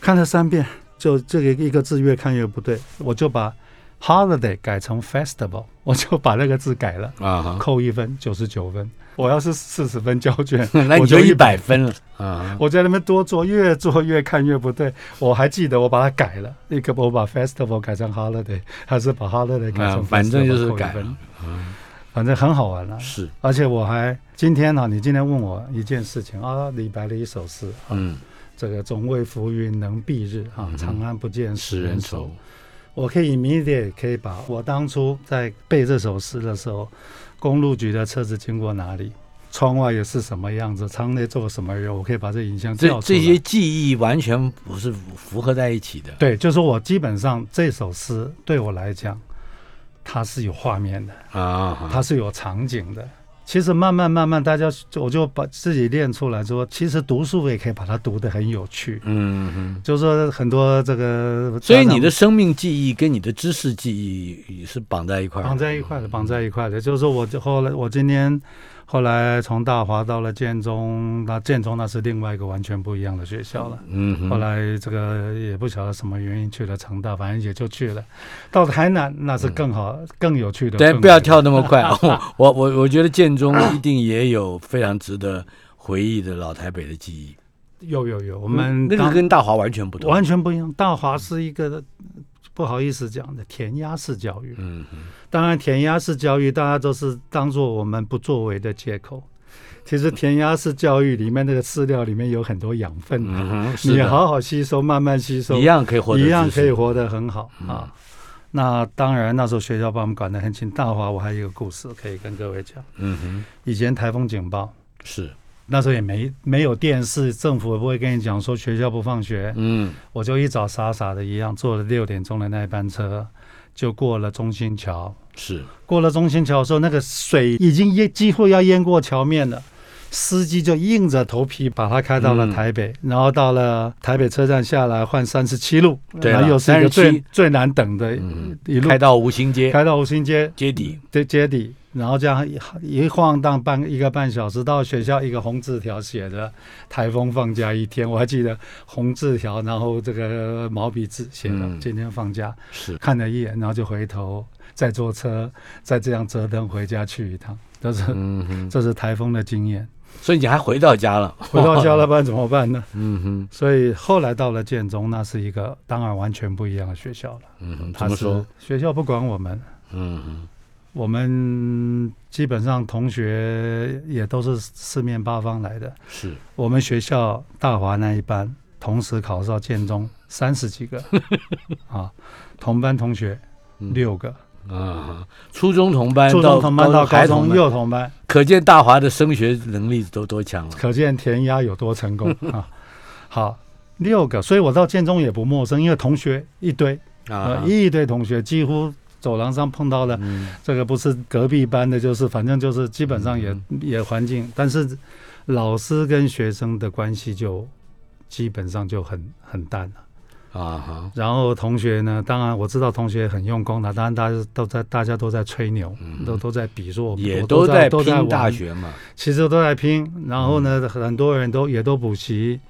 Speaker 4: 看了三遍，就这个一个字越看越不对，我就把 holiday 改成 festival，我就把那个字改了，
Speaker 2: 啊哈，，
Speaker 4: 扣一分，九十九分。我要是四十分交卷
Speaker 2: (laughs) 那
Speaker 4: 我
Speaker 2: 你就一
Speaker 4: 100
Speaker 2: 百分了啊！
Speaker 4: 我在那边多做，越做越看越不对。我还记得我把它改了，那个我把 festival 改成 holiday，还是把 holiday 改成 festival，、
Speaker 2: 啊反正就是改了嗯
Speaker 4: 分，反正很好玩了、
Speaker 2: 是，
Speaker 4: 而且我还今天呢、你今天问我一件事情啊，李白的一首诗，
Speaker 2: 嗯，
Speaker 4: 这个“总为浮云能蔽日，啊，长安不见
Speaker 2: 使
Speaker 4: 使
Speaker 2: 嗯人
Speaker 4: 人
Speaker 2: 愁
Speaker 4: 愁”。。我可以 immediate 可以把我当初在背这首诗的时候，公路局的车子经过哪里，窗外也是什么样子，舱内坐什么人，我可以把这影像
Speaker 2: 这
Speaker 4: 调出来
Speaker 2: 这些记忆完全不是符合在一起的。
Speaker 4: 对，就是我基本上这首诗对我来讲，它是有画面的。
Speaker 2: 啊哈，
Speaker 4: 它是有场景的。其实慢慢慢慢，大家就我就把自己练出来说，其实读书也可以把它读得很有趣。
Speaker 2: 嗯哼，
Speaker 4: 就是说很多这个，
Speaker 2: 所以你的生命记忆跟你的知识记忆也是绑在一块儿的，
Speaker 4: 绑在一块的，绑在一块的。就是说我就后来我今天后来从大华到了建中，那建中那是另外一个完全不一样的学校了。
Speaker 2: 嗯哼，
Speaker 4: 后来这个也不晓得什么原因去了成大，反正也就去了。到台南那是更好、更有趣的氛
Speaker 2: 嗯
Speaker 4: 围。
Speaker 2: 对，不要跳那么快。 (laughs) 我我我我觉得建中一定也有非常值得回忆的老台北的记忆。
Speaker 4: 有有有，我
Speaker 2: 我
Speaker 4: 们
Speaker 2: 嗯那个
Speaker 4: 当
Speaker 2: 跟大华完全不同，
Speaker 4: 完全不一样。大华是一个不好意思讲的填鸭式教育，
Speaker 2: 嗯哼
Speaker 4: 当然填鸭式教育大家都是当做我们不作为的借口。其实填鸭式教育里面那个饲料里面有很多养分，
Speaker 2: 嗯哼，是
Speaker 4: 你
Speaker 2: 的，
Speaker 4: 好好吸收，慢慢吸收，
Speaker 2: 一样可以获得嗯
Speaker 4: 一样
Speaker 2: 知识
Speaker 4: 可以活得很好、啊。那当然，那时候学校把我们管得很紧。大华，我还有一个故事可以跟各位讲。
Speaker 2: 嗯哼，
Speaker 4: 以前台风警报，
Speaker 2: 是，
Speaker 4: 那时候也没没有电视，政府也不会跟你讲说学校不放学，
Speaker 2: 嗯
Speaker 4: 我就一早傻傻的一样坐了六点钟的那一班车，就过了中心桥。
Speaker 2: 是，
Speaker 4: 过了中心桥的时候，那个水已经淹，几乎要淹过桥面了。司机就硬着头皮把它开到了
Speaker 2: 嗯
Speaker 4: 台北，然后到了台北车站下来换三十七路，
Speaker 2: 对
Speaker 4: 然后
Speaker 2: 了
Speaker 4: 又是一个最
Speaker 2: 37
Speaker 4: 最难等的
Speaker 2: 嗯
Speaker 4: 一路
Speaker 2: 开到吴兴街
Speaker 4: 开到五星街
Speaker 2: 街底，
Speaker 4: 的街底，然后这样一一晃荡半一个半小时，到学校一个红字条写的“台风放假一天”，我还记得红字条，然后这个毛笔字写的、
Speaker 2: 嗯
Speaker 4: 今天放假，
Speaker 2: 是
Speaker 4: 看了一眼，然后就回头再坐车，再这样折腾回家去一趟，这是、
Speaker 2: 嗯哼，
Speaker 4: 这是台风的经验。
Speaker 2: 所以你还回到家了，
Speaker 4: 回到家了，不然怎么办
Speaker 2: (laughs)
Speaker 4: 呢？
Speaker 2: 嗯哼，
Speaker 4: 所以后来到了建中，那是一个当然完全不一样的学校了。
Speaker 2: 嗯哼，
Speaker 4: 他
Speaker 2: 怎么说？？
Speaker 4: 学校不管我们，
Speaker 2: 嗯哼，
Speaker 4: 我们基本上同学也都是四面八方来的。
Speaker 2: 是，
Speaker 4: 我们学校大华那一班，同时考上建中三十几
Speaker 2: (laughs)
Speaker 4: 个啊，同班同学
Speaker 2: 嗯
Speaker 4: 六个，
Speaker 2: 啊，初中同班
Speaker 4: 初
Speaker 2: 到
Speaker 4: 中同班到
Speaker 2: 还
Speaker 4: 高
Speaker 2: 同
Speaker 4: 中
Speaker 2: 班
Speaker 4: 又同班，
Speaker 2: 可见大华的升学能力都多强了。
Speaker 4: 可见填鸭有多成
Speaker 2: (laughs)
Speaker 4: 功啊！好，六个，所以我到建中也不陌生，因为同学一堆，
Speaker 2: 啊
Speaker 4: 呃，，一堆同学几乎。走廊上碰到了
Speaker 2: 嗯
Speaker 4: 这个不是隔壁班的，就是反正就是基本上也、
Speaker 2: 嗯
Speaker 4: 也环境，但是老师跟学生的关系就基本上就很很淡了。
Speaker 2: 啊哈，
Speaker 4: 然后同学呢，当然我知道同学很用功的，当然大家都在大家都在吹牛，都都在比说我们
Speaker 2: 嗯也
Speaker 4: 我都
Speaker 2: 在
Speaker 4: 都在
Speaker 2: 拼大
Speaker 4: 玩
Speaker 2: 学嘛，
Speaker 4: 其实都在拼，然后呢，很多人都也都补习。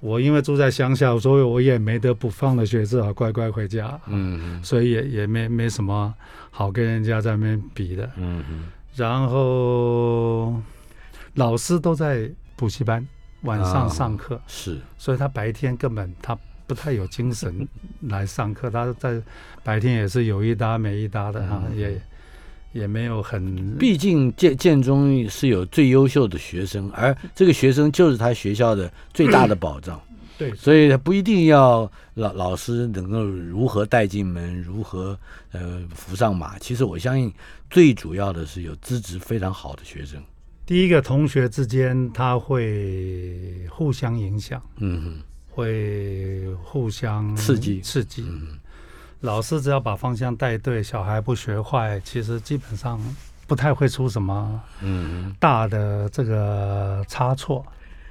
Speaker 4: 我因为住在乡下，所以我也没得补，放了学只好乖乖回家，
Speaker 2: 嗯
Speaker 4: 所以也也没没什么好跟人家在那边比的。
Speaker 2: 嗯嗯
Speaker 4: 然后老师都在补习班，晚上上课，
Speaker 2: 是
Speaker 4: 所以他白天根本他不太有精神来上课，他在白天也是有一搭没一搭的哈、也也没有很
Speaker 2: 毕竟建建中是有最优秀的学生，而这个学生就是他学校的最大的保障，
Speaker 4: 对
Speaker 2: 所以他不一定要老老师能够如何带进门，如何呃扶上马。其实我相信，最主要的是有资质非常好的学生。
Speaker 4: 第一个同学之间他会互相影响，
Speaker 2: 嗯
Speaker 4: 会互相
Speaker 2: 刺激
Speaker 4: 刺激。嗯老师只要把方向带对，小孩不学坏，其实基本上不太会出什么
Speaker 2: 哼，嗯哼。
Speaker 4: 大的这个差错。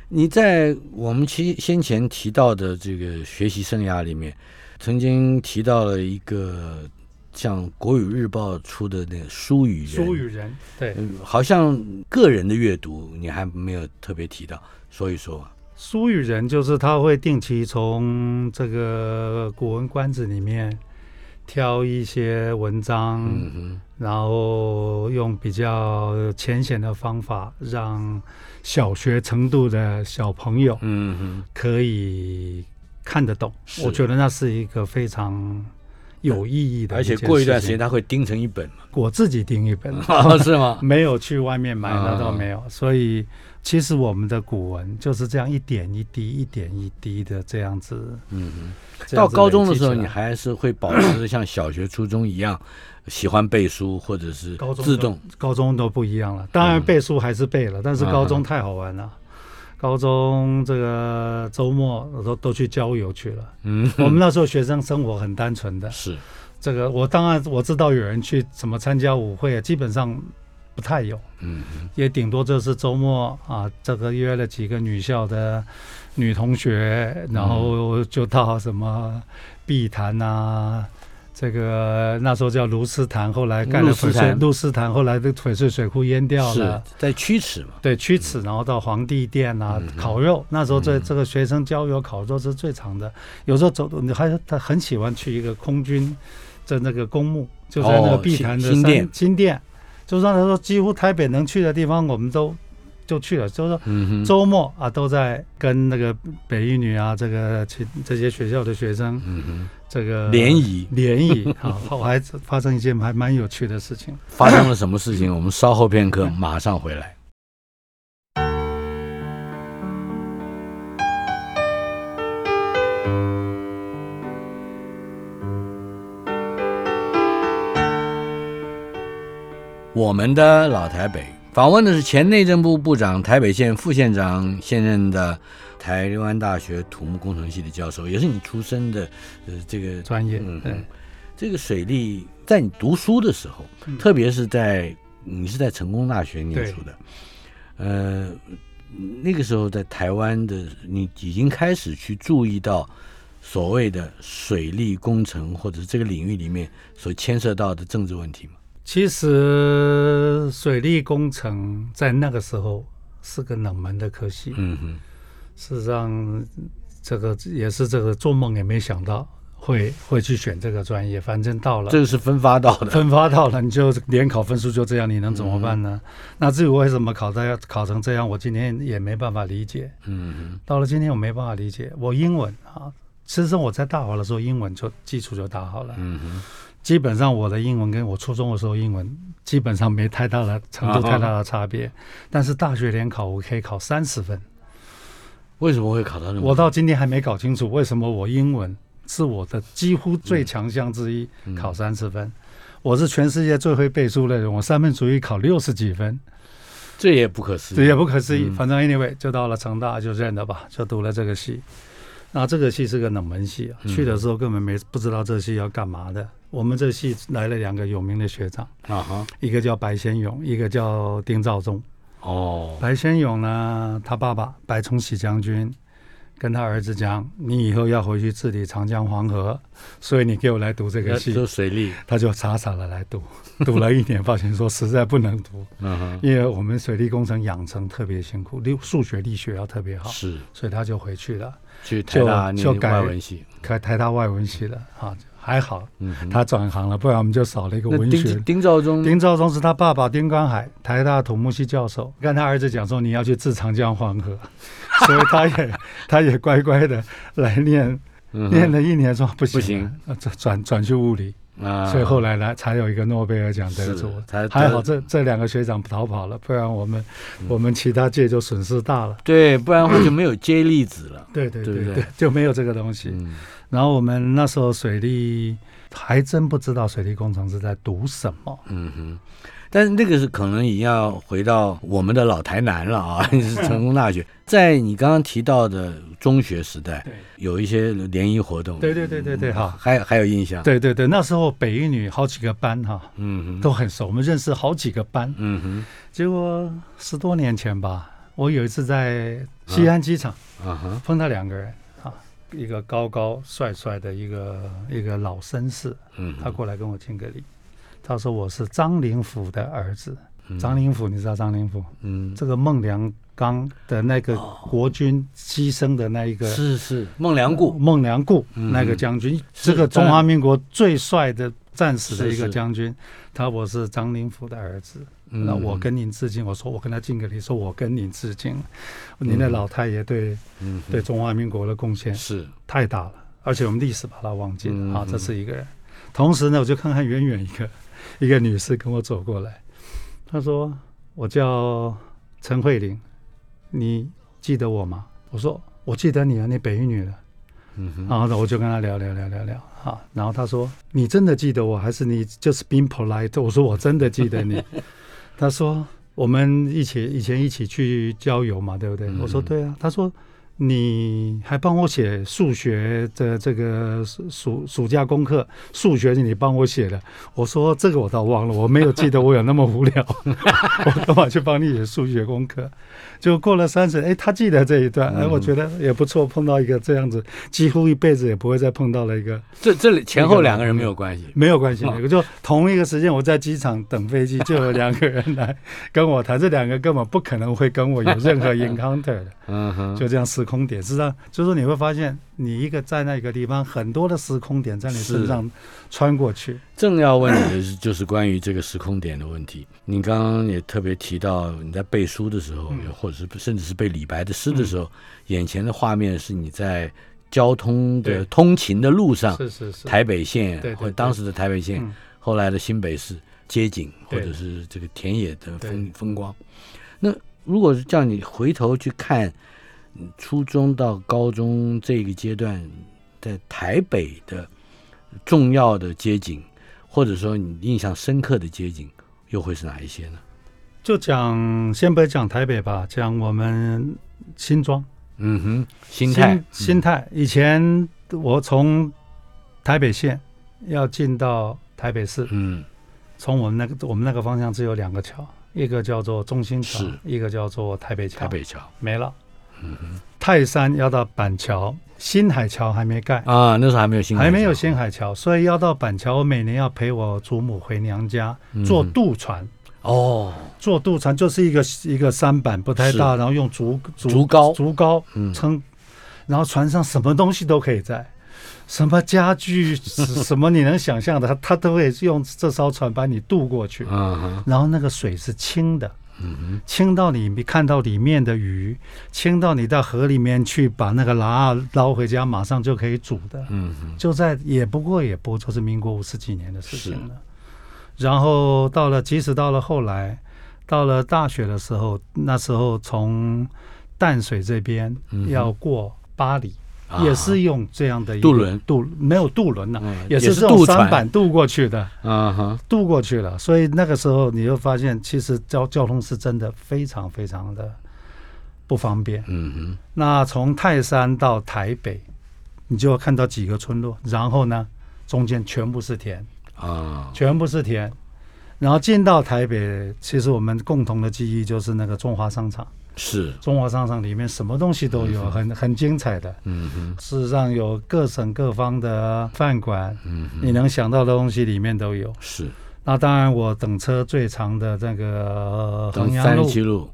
Speaker 2: 你在我们其先前提到的这个学习生涯里面，曾经提到了一个像《国语日报》出的那个书语人，
Speaker 4: 书与人，对，
Speaker 2: 嗯，好像个人的阅读你还没有特别提到，说一说吧。
Speaker 4: 书与人就是他会定期从这个《古文观止》里面挑一些文章，
Speaker 2: 嗯哼，
Speaker 4: 然后用比较浅显的方法，让小学程度的小朋友
Speaker 2: 嗯哼，
Speaker 4: 可以看得懂。
Speaker 2: 是
Speaker 4: 我觉得那是一个非常有意义的
Speaker 2: 而且
Speaker 4: 件
Speaker 2: 过一段时
Speaker 4: 情
Speaker 2: 间他会钉成一本 (laughs) 嘛，哦
Speaker 4: 我自己
Speaker 2: (laughs)
Speaker 4: 订一本，
Speaker 2: 是吗？
Speaker 4: 没有去外面买，那倒
Speaker 2: 嗯
Speaker 4: 没有。所以其实我们的古文就是这样一点一滴、一点一滴的这样子。
Speaker 2: 嗯哼。
Speaker 4: 这样
Speaker 2: 到
Speaker 4: 子
Speaker 2: 高中的时候，
Speaker 4: 累积
Speaker 2: 你
Speaker 4: 起来
Speaker 2: 还是会保持像小学、初中一样喜欢背书，或者是
Speaker 4: 高中
Speaker 2: 自动
Speaker 4: 高中都不一样了。当然背书还是背了，但是高中太好玩了。高中这个周末我都都去郊游去了。
Speaker 2: 嗯，
Speaker 4: 我们那时候学生生活很单纯的，
Speaker 2: 是
Speaker 4: 这个我当然我知道有人去什么参加舞会，基本上不太有，
Speaker 2: 嗯，
Speaker 4: 也顶多就是周末啊，这个约了几个女校的女同学，然后就到什么碧潭啊。这个那时候叫卢斯潭，后来盖了
Speaker 2: 卢斯
Speaker 4: 翡翠
Speaker 2: 潭
Speaker 4: 卢斯潭，后来的翡翠水库淹掉
Speaker 2: 是
Speaker 4: 了，
Speaker 2: 在驱使嘛，
Speaker 4: 对，曲尺，然后到皇帝殿啊，
Speaker 2: 嗯
Speaker 4: 烤肉。那时候这这个学生郊游烤肉是最长的，有时候走，你还他很喜欢去一个空军的那个公墓，就在那个
Speaker 2: 哦
Speaker 4: 碧
Speaker 2: 新
Speaker 4: 潭的
Speaker 2: 新
Speaker 4: 山
Speaker 2: 店
Speaker 4: 新店，就是说他说几乎台北能去的地方我们都就去了，就是说
Speaker 2: 嗯哼，
Speaker 4: 周末啊都在跟那个北一女啊这个其这些学校的学生
Speaker 2: 嗯
Speaker 4: 这个
Speaker 2: 哼，联谊
Speaker 4: 联谊啊，后还发生一件还蛮有趣的事情。
Speaker 2: 发生了什么事情？我们稍后片刻马上回来。我们的老台北访问的是前内政部部长、台北县副县长，现任的台湾大学土木工程系的教授，也是你出身的，呃，这个
Speaker 4: 专业
Speaker 2: 嗯，
Speaker 4: 对
Speaker 2: 嗯这个水利在你读书的时候，
Speaker 4: 嗯
Speaker 2: 特别是在你是在成功大学念
Speaker 4: 对
Speaker 2: 书的，呃，那个时候在台湾的你已经开始去注意到所谓的水利工程或者是这个领域里面所牵涉到的政治问题吗？
Speaker 4: 其实水利工程在那个时候是个冷门的科系，
Speaker 2: 嗯哼，
Speaker 4: 事实上，这个也是这个做梦也没想到会会去选这个专业，反正到了
Speaker 2: 这个是分发到
Speaker 4: (laughs)
Speaker 2: 的，
Speaker 4: 分发到了，你就联考分数就这样，你能怎么办
Speaker 2: 嗯
Speaker 4: 呢？那至于为什么考的考成这样，我今天也没办法理解。
Speaker 2: 嗯
Speaker 4: 到了今天，我没办法理解。我英文啊，其实我在大学的时候，英文就基础就打好了
Speaker 2: 哼，。嗯哼，
Speaker 4: 基本上我的英文跟我初中的时候英文基本上没太大的程度
Speaker 2: 啊哈
Speaker 4: 太大的差别，但是大学联考我可以考三十分，
Speaker 2: 为什么会考到那么？
Speaker 4: 我到今天还没搞清楚为什么我英文是我的几乎最强项之一，考三十分。我是全世界最会背书的人，我三分主义考六十几分，
Speaker 2: 这也不可思
Speaker 4: 这
Speaker 2: 议
Speaker 4: 也。不可思议。反正 anyway 就到了成大就认了吧，就读了这个系。那这个系是个冷门系啊，去的时候根本没不知道这系要干嘛的。我们这系来了两个有名的学长，
Speaker 2: 啊
Speaker 4: (laughs)
Speaker 2: 哈，
Speaker 4: 一个叫白先勇，一个叫丁肇中。
Speaker 2: 哦，
Speaker 4: 白先勇呢，他爸爸白崇禧将军跟他儿子讲：“你以后要回去治理长江黄河，所以你给我来读这个
Speaker 2: 那
Speaker 4: 戏。
Speaker 2: 就水利，”
Speaker 4: 他就傻傻的来读，读了一年，发现说实在不能读，
Speaker 2: 嗯
Speaker 4: 因为我们水利工程养成特别辛苦，六数学力学要特别好
Speaker 2: 哼，，是
Speaker 4: 所以他就回去了，
Speaker 2: 去台大
Speaker 4: 就就
Speaker 2: 念
Speaker 4: 改
Speaker 2: 外文系，嗯
Speaker 4: 开台大外文系了啊，还好，他转行了，不然我们就少了一个
Speaker 2: 那
Speaker 4: 文学
Speaker 2: 丁丁肇中
Speaker 4: 丁肇中是他爸爸丁光海，台大土木系教授，跟他儿子讲说你要去治长江黄
Speaker 2: (laughs)
Speaker 4: 河，所以他也他也乖乖的来念，
Speaker 2: 嗯
Speaker 4: 念了一年说不行，
Speaker 2: 不行
Speaker 4: 呃，转转转去物理，
Speaker 2: 啊，
Speaker 4: 所以后来来才有一个诺贝尔奖得主
Speaker 2: 是呃才，
Speaker 4: 还好这这两个学长逃跑了，不然我们
Speaker 2: 嗯
Speaker 4: 我们其他界就损失大了。
Speaker 2: 对，不然话就没有接力子了。
Speaker 4: 对对
Speaker 2: 对不
Speaker 4: 对 (laughs)
Speaker 2: 对
Speaker 4: 对，就没有这个东西。
Speaker 2: 嗯
Speaker 4: 然后我们那时候水利还真不知道水利工程是在读什么，
Speaker 2: 嗯哼，但是那个是可能也要回到我们的老台南了
Speaker 4: (laughs)
Speaker 2: 啊，是成功大学。在你刚刚提到的中学时代，有一些联谊活动，啊
Speaker 4: 对对对对对哈
Speaker 2: 还还有印象。，
Speaker 4: 对对对，那时候北一女好几个班哈、
Speaker 2: 嗯哼，
Speaker 4: 都很熟，我们认识好几个班。
Speaker 2: 嗯
Speaker 4: 结果十多年前吧，我有一次在西安机场、
Speaker 2: 哼，啊哈，
Speaker 4: 碰到两个人啊，一个高高帅帅的一个一个老绅士，
Speaker 2: 嗯
Speaker 4: 他
Speaker 2: 哼，
Speaker 4: 过来跟我敬个礼，他说我是张灵甫的儿子。张灵甫，你知道张灵甫？
Speaker 2: 嗯，哦
Speaker 4: 这个孟良刚的那个国军牺牲的那一个
Speaker 2: 是是孟良崮，
Speaker 4: 孟良崮
Speaker 2: 嗯
Speaker 4: 那个将军，
Speaker 2: 是
Speaker 4: 这个中华民国最帅的战死的一
Speaker 2: 是
Speaker 4: 个
Speaker 2: 是
Speaker 4: 将军，他我是张灵甫的儿子。
Speaker 2: 嗯
Speaker 4: 那我跟您致敬，我说我跟他敬个礼，说我跟您致敬。您的老太爷对
Speaker 2: 嗯哼
Speaker 4: 对中华民国的贡献
Speaker 2: 是
Speaker 4: 太大了，而且我们历史把它忘记
Speaker 2: 嗯
Speaker 4: 了啊，
Speaker 2: 嗯
Speaker 4: 这是一个人。同时呢，我就看看远远一个 (laughs) 一个女士跟我走过来，她说：“我叫陈慧玲，你记得我吗？”我说：“我记得你啊，你北一女的。”
Speaker 2: 嗯哼
Speaker 4: 然后呢，我就跟她聊聊聊聊聊啊，然后她说：“你真的记得我，还是你 just being polite？” 我说：“我真的记得
Speaker 2: (laughs)
Speaker 4: 你。”她说：“我们一起以前一起去郊游嘛，对不
Speaker 2: 嗯
Speaker 4: 对？”我说：“对啊。”她说：“你还帮我写数学的这个暑暑暑假功课，数学你帮我写的。我说这个我倒忘了，我没有记得我有那么无聊，我干嘛去帮你写数学功课？就过了三十，哎，他记得这一段，哎，我觉得也不错，碰到一个这样子，几乎一辈子也不会再碰到了一个
Speaker 2: 这这里前后两个人没有关系，
Speaker 4: 没有关系的，就同一个时间我在机场等飞机，就有两个人来跟我谈，这两个根本不可能会跟我有任何 encounter 的。
Speaker 2: 嗯哼，
Speaker 4: 就这样时空点，实际上就是说你会发现，你一个在那个地方，很多的时空点在你身上穿过去。
Speaker 2: 正要问你的是， (coughs) 就是关于这个时空点的问题。你刚刚也特别提到，你在背书的时候，也或者是甚至是背李白的诗的时候，眼前的画面是你在交通的
Speaker 4: 对
Speaker 2: 通勤的路上，
Speaker 4: 是是
Speaker 2: 台北县
Speaker 4: 对对
Speaker 2: 或者
Speaker 4: 对
Speaker 2: 当时的台北县，
Speaker 4: 嗯
Speaker 2: 后来的新北市街景或
Speaker 4: 对
Speaker 2: 者是这个田野的风
Speaker 4: 对
Speaker 2: 风光。那如果是叫你回头去看嗯初中到高中这个阶段，在台北的重要的街景，或者说你印象深刻的街景，又会是哪一些呢？
Speaker 4: 就讲先不讲台北吧，讲我们新庄
Speaker 2: 嗯哼，心态，嗯
Speaker 4: 心心态。以前我从台北县要进到台北市，
Speaker 2: 嗯，
Speaker 4: 从我们那个我们那个方向只有两个桥，一个叫做中心桥
Speaker 2: 是，
Speaker 4: 一个叫做台北桥。
Speaker 2: 台北嗯桥
Speaker 4: 没了。泰山要到板桥，新海桥还没盖。
Speaker 2: 啊，那时候还没有新，
Speaker 4: 还没有仙海桥，所以要到板桥。我每年要陪我祖母回娘家，坐渡船。
Speaker 2: 嗯哦，
Speaker 4: 坐渡船就是一个一个舢板，不太大，然后用竹竹
Speaker 2: 竹篙
Speaker 4: 竹篙
Speaker 2: 嗯
Speaker 4: 撑，然后船上什么东西都可以载，什么家具什什么你能想象的，他 (laughs) 他都会用这艘船把你渡过去。
Speaker 2: 嗯哼，
Speaker 4: 然后那个水是清的，清到你看到里面的鱼，清到你到河里面去把那个拉捞回家，马上就可以煮的。
Speaker 2: 嗯哼，
Speaker 4: 就在也不过也不就是民国五十几年的事情了。然后到了，即使到了后来，到了大学的时候，那时候从淡水这边要过巴黎，
Speaker 2: 嗯啊
Speaker 4: 也是用这样的一个
Speaker 2: 渡轮
Speaker 4: 渡没有渡轮呐、
Speaker 2: 嗯
Speaker 4: 啊也
Speaker 2: 也
Speaker 4: 是
Speaker 2: 是
Speaker 4: 这种
Speaker 2: 渡船
Speaker 4: 三板渡过去的，
Speaker 2: 嗯哼，
Speaker 4: 渡过去了。所以那个时候你就发现，其实交交通是真的非常非常的不方便。
Speaker 2: 嗯哼，
Speaker 4: 那从泰山到台北，你就要看到几个村落，然后呢，中间全部是田，
Speaker 2: 啊，
Speaker 4: 全部是田。然后进到台北，其实我们共同的记忆就是那个中华商场。
Speaker 2: 是，
Speaker 4: 中华商场里面什么东西都有，很很精彩的。
Speaker 2: 嗯哼，
Speaker 4: 事实上，有各省各方的饭馆，
Speaker 2: 嗯
Speaker 4: 你能想到的东西里面都有。
Speaker 2: 是，
Speaker 4: 那当然，我等车最长的那个呃
Speaker 2: 等
Speaker 4: 衡阳
Speaker 2: 三十
Speaker 4: 路
Speaker 2: 七路，嗯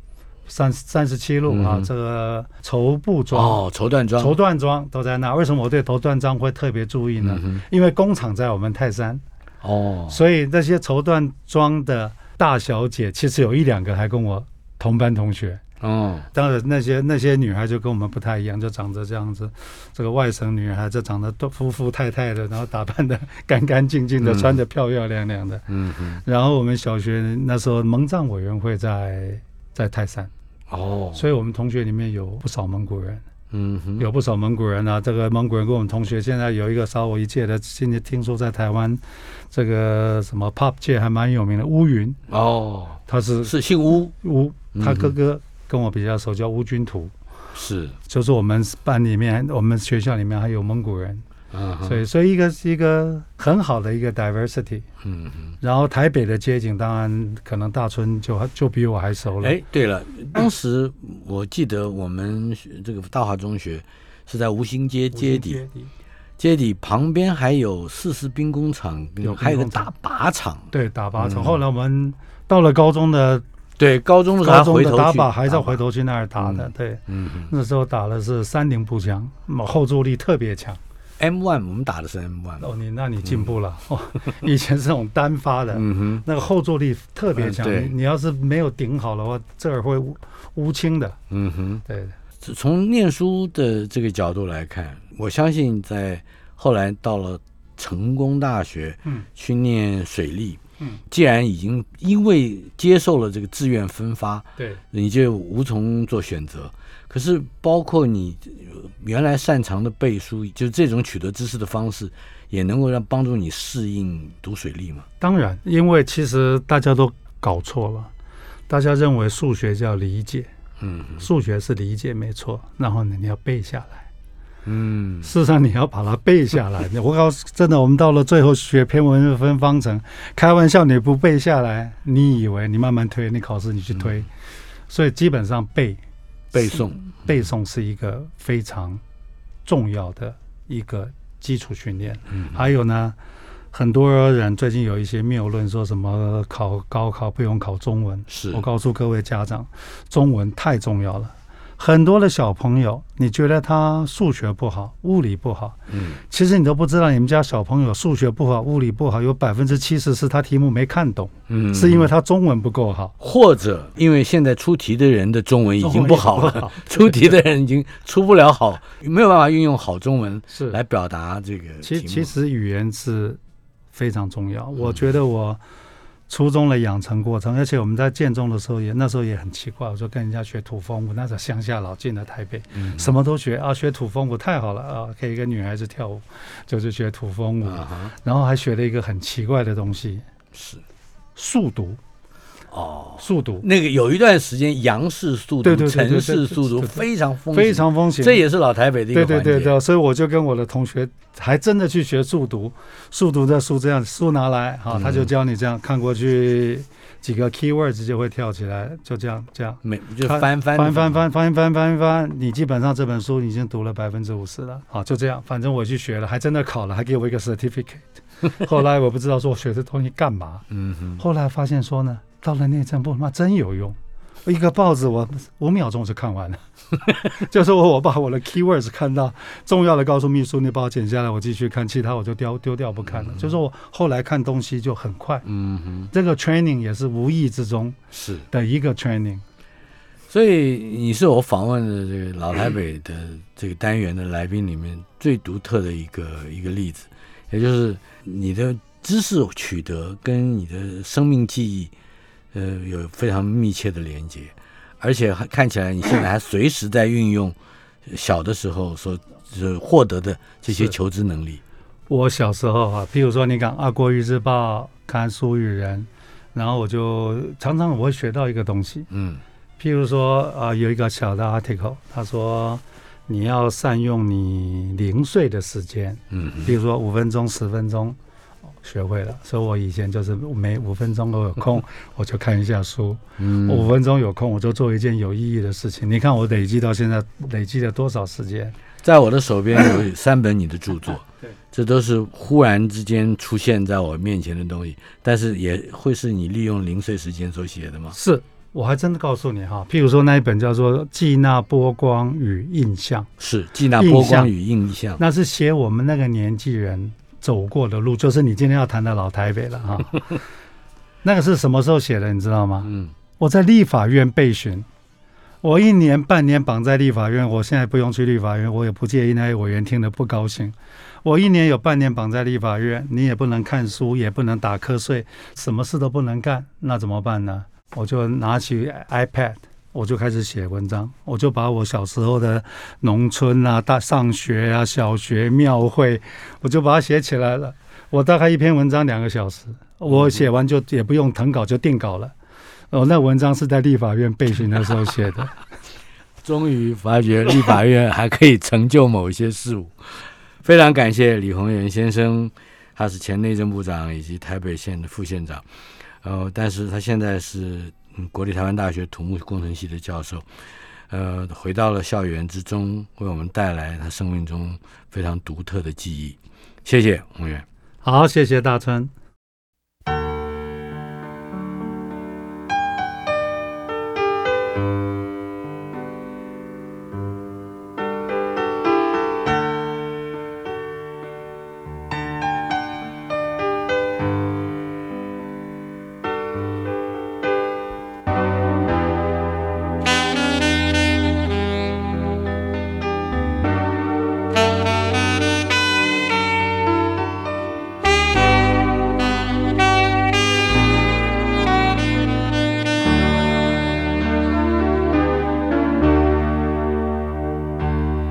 Speaker 4: 三三十七路啊，这个绸布庄、
Speaker 2: 哦，绸缎庄，
Speaker 4: 绸缎庄都在那。为什么我对绸缎庄会特别注意呢？因为工厂在我们泰山，
Speaker 2: 嗯哦，
Speaker 4: 所以那些绸缎庄的大小姐，其实有一两个还跟我同班同学。
Speaker 2: 哦，
Speaker 4: 当然，那些那些女孩就跟我们不太一样，就长得这样子，这个外省女孩就长得都夫夫太太的，然后打扮的干干净净的，穿的漂漂亮亮的。
Speaker 2: 嗯哼，
Speaker 4: 然后我们小学那时候蒙藏委员会在在泰山，
Speaker 2: 哦，
Speaker 4: 所以我们同学里面有不少蒙古人，
Speaker 2: 嗯哼，
Speaker 4: 有不少蒙古人啊。这个蒙古人跟我们同学现在有一个稍我一届的，现在听说在台湾这个什么 pop 界还蛮有名的乌云，
Speaker 2: 哦，
Speaker 4: 他是
Speaker 2: 是姓乌，
Speaker 4: 乌，他哥
Speaker 2: 嗯
Speaker 4: 哥跟我比较熟，叫乌军图。
Speaker 2: 是，
Speaker 4: 就是我们班里面，我们学校里面还有蒙古人，
Speaker 2: 嗯哼，
Speaker 4: 所以所以一个是一个很好的一个 diversity。
Speaker 2: 嗯哼，
Speaker 4: 然后台北的街景，当然可能大春就就比我还熟了。
Speaker 2: 哎，对了，当时我记得我们学这个大华中学是在吴兴街街底，街底旁边还有四四兵工厂，
Speaker 4: 有
Speaker 2: 还有个
Speaker 4: 兵工
Speaker 2: 大靶
Speaker 4: 厂
Speaker 2: 场。
Speaker 4: 对打靶
Speaker 2: 嗯
Speaker 4: 场。后来我们到了高中的
Speaker 2: 对，高中的时候
Speaker 4: 高
Speaker 2: 还
Speaker 4: 中
Speaker 2: 回
Speaker 4: 的
Speaker 2: 头
Speaker 4: 打
Speaker 2: 去
Speaker 4: 靶，还是要回。头去那儿打的。
Speaker 2: 嗯
Speaker 4: 对，
Speaker 2: 嗯哼
Speaker 4: 那时候打的是三零步枪，后坐力特别强。
Speaker 2: ，M one 我们打的是 M one。
Speaker 4: 哦，你那你进步了。哦，以前是那种单发的，
Speaker 2: 嗯哼，
Speaker 4: 那个后坐力特别强。
Speaker 2: 嗯对
Speaker 4: 你你要是没有顶好的话，这儿会乌乌青的。
Speaker 2: 嗯哼，
Speaker 4: 对。
Speaker 2: 从念书的这个角度来看，我相信在后来到了成功大学，
Speaker 4: 嗯，
Speaker 2: 去念水利，
Speaker 4: 嗯，
Speaker 2: 既然已经因为接受了这个志愿分发，
Speaker 4: 对
Speaker 2: 你就无从做选择。可是，包括你呃原来擅长的背书，就这种取得知识的方式，也能够让帮助你适应读水利嘛？
Speaker 4: 当然，因为其实大家都搞错了，大家认为数学叫理解，
Speaker 2: 嗯
Speaker 4: 数学是理解没错，然后呢你要背下来。
Speaker 2: 嗯
Speaker 4: (laughs) 事实上，你要把它背下来。我告诉，真的，我们到了最后学篇文分方程，开玩笑，你不背下来，你以为你慢慢推，你考试你去推，所以基本上背
Speaker 2: 背诵，
Speaker 4: 背诵是一个非常重要的一个基础训练。还有呢，很多人最近有一些谬论，说什么考高考不用考中文。
Speaker 2: 是
Speaker 4: 我告诉各位家长，中文太重要了。很多的小朋友，你觉得他数学不好，物理不好，
Speaker 2: 嗯
Speaker 4: 其实你都不知道，你们家小朋友数学不好，物理不好，有百分之七十是他题目没看懂，
Speaker 2: 嗯
Speaker 4: 是因为他中文不够好。
Speaker 2: 或者因为现在出题的人的中文已经不好
Speaker 4: 中文也不
Speaker 2: 了
Speaker 4: 好，
Speaker 2: (laughs) 出题的人已经出不了好，没有办法运用好中文
Speaker 4: 是
Speaker 2: 来表达这个题
Speaker 4: 其
Speaker 2: 目。嗯
Speaker 4: 其实语言是非常重要，我觉得我初中的养成过程，而且我们在建中的时候也那时候也很奇怪，我就跟人家学土风舞，那时候乡下老进了台北，
Speaker 2: 嗯
Speaker 4: 什么都学啊，学土风舞太好了啊，可以跟女孩子跳舞，就是学土风舞，
Speaker 2: 啊哈
Speaker 4: 然后还学了一个很奇怪的东西，
Speaker 2: 是
Speaker 4: 速读，
Speaker 2: 哦，
Speaker 4: 速读
Speaker 2: 那个有一段时间杨氏速
Speaker 4: 对
Speaker 2: 读、
Speaker 4: 对对对
Speaker 2: 陈
Speaker 4: 对
Speaker 2: 氏速读
Speaker 4: 对对
Speaker 2: 非常风行
Speaker 4: 非常风险，
Speaker 2: 这也是老台北的一个
Speaker 4: 对
Speaker 2: 环
Speaker 4: 对
Speaker 2: 节。
Speaker 4: 对对，所以我就跟我的同学还真的去学速读，速读的书这样书拿来，好、他就教你这样看过去几个 key words 就会跳起来，就这样这样
Speaker 2: 每就翻翻
Speaker 4: 翻翻，翻翻翻翻翻，你基本上这本书已经读了百分之五十了，好就这样，反正我去学了，还真的考了，还给我一个 certificate。后来我不知道说我学这东西干嘛，
Speaker 2: 嗯哼，
Speaker 4: 后来发现说呢，到了内政部他妈真有用。一个报纸我五秒钟就看完了， (laughs) 就是我把我的 keywords 看到重要的，告诉秘书你把我剪下来，我继续看，其他我就丢丢掉不看了。就是我后来看东西就很快，
Speaker 2: 嗯哼，
Speaker 4: 这个 training 也是无意之中
Speaker 2: 是。
Speaker 4: 的一个 training。
Speaker 2: 所以你是我访问的这个老台北的这个单元的来宾里面最独特的一个一个例子，也就是你的知识取得跟你的生命记忆，呃，有非常密切的连接，而且还看起来你现在还随时在运用小的时候所呃获得的这些
Speaker 4: 是
Speaker 2: 求知能力。
Speaker 4: 我小时候啊，譬如说你看《阿国语日报》、看《苏语人》，然后我就常常我会学到一个东西，
Speaker 2: 嗯
Speaker 4: 譬如说啊、呃有一个小的 article，他说你要善用你零碎的时间，
Speaker 2: 嗯嗯
Speaker 4: 比如说五分钟、十分钟，哦学会了。所以我以前就是每五分钟我有
Speaker 2: (laughs)
Speaker 4: 空，我就看一下书；
Speaker 2: 嗯
Speaker 4: 我五分钟有空，我就做一件有意义的事情。你看我累积到现在，累积了多少时间？
Speaker 2: 在我的手边
Speaker 4: (coughs)
Speaker 2: 有三本你的著作，
Speaker 4: 对，
Speaker 2: 这都是忽然之间出现在我面前的东西，但是也会是你利用零碎时间所写的吗？
Speaker 4: 是我还真的告诉你哈，譬如说那一本叫做《季纳波光与印象》，
Speaker 2: 是季纳波
Speaker 4: 印象
Speaker 2: 光与印象，
Speaker 4: 那是写我们那个年纪人走过的路，就是你今天要谈的老台北了哈。那个是什么时候写的，你知道吗？
Speaker 2: 嗯，
Speaker 4: 我在立法院备询，我一年半年绑在立法院，我现在不用去立法院，我也不介意那些委员听得不高兴。我一年有半年绑在立法院，你也不能看书，也不能打瞌睡，什么事都不能干，那怎么办呢？我就拿起 iPad，我就开始写文章，我就把我小时候的农村啊、大上学啊、小学庙会，我就把它写起来了。我大概一篇文章两个小时，我写完就也不用誊稿，就定稿了。哦，那文章是在立法院备询的时候写的。
Speaker 2: 终于发觉立法院还可以成就某些事物。 (laughs) 非常感谢李鸿源先生，他是前内政部长以及台北县的副县长，呃，但是他现在是嗯国立台湾大学土木工程系的教授，呃，回到了校园之中，为我们带来他生命中非常独特的记忆。谢谢鸿源。
Speaker 4: 好，谢谢大川。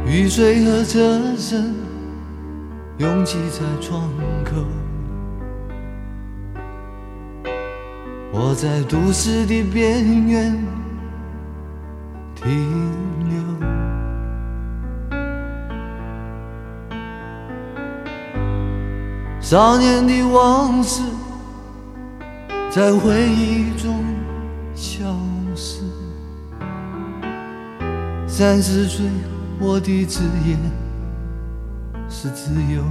Speaker 3: 雨水和车声拥挤在窗口，我在都市的边缘停留。少年的往事在回忆中消失。三十岁，我的职业是自由。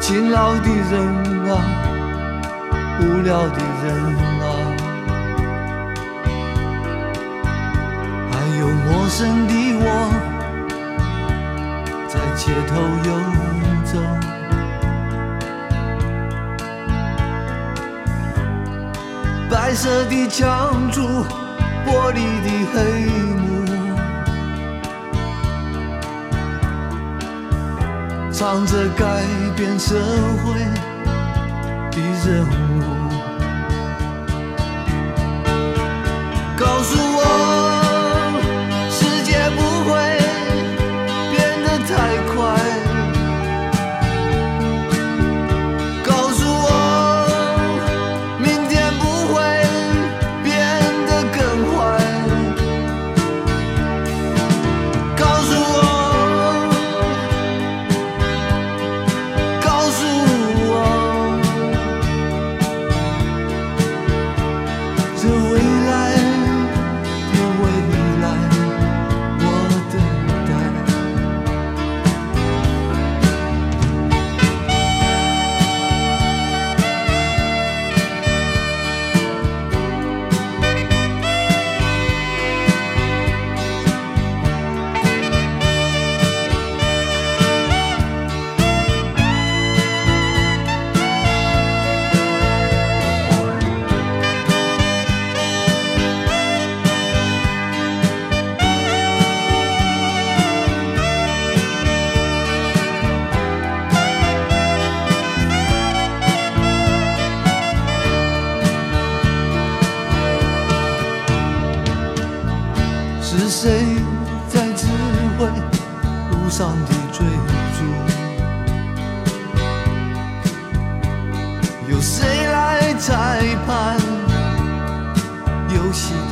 Speaker 3: 勤劳的人啊，无聊的人啊，还有陌生的我，在街头游走。白色的墙柱，玻璃的黑幕，唱着改变社会的任务。告诉我，世界不会变得太快。告诉我，明天不会变得更坏。告诉我，告诉我，这未来的未来，我等待。是谁在指挥路上的追逐？由谁来裁判游戏的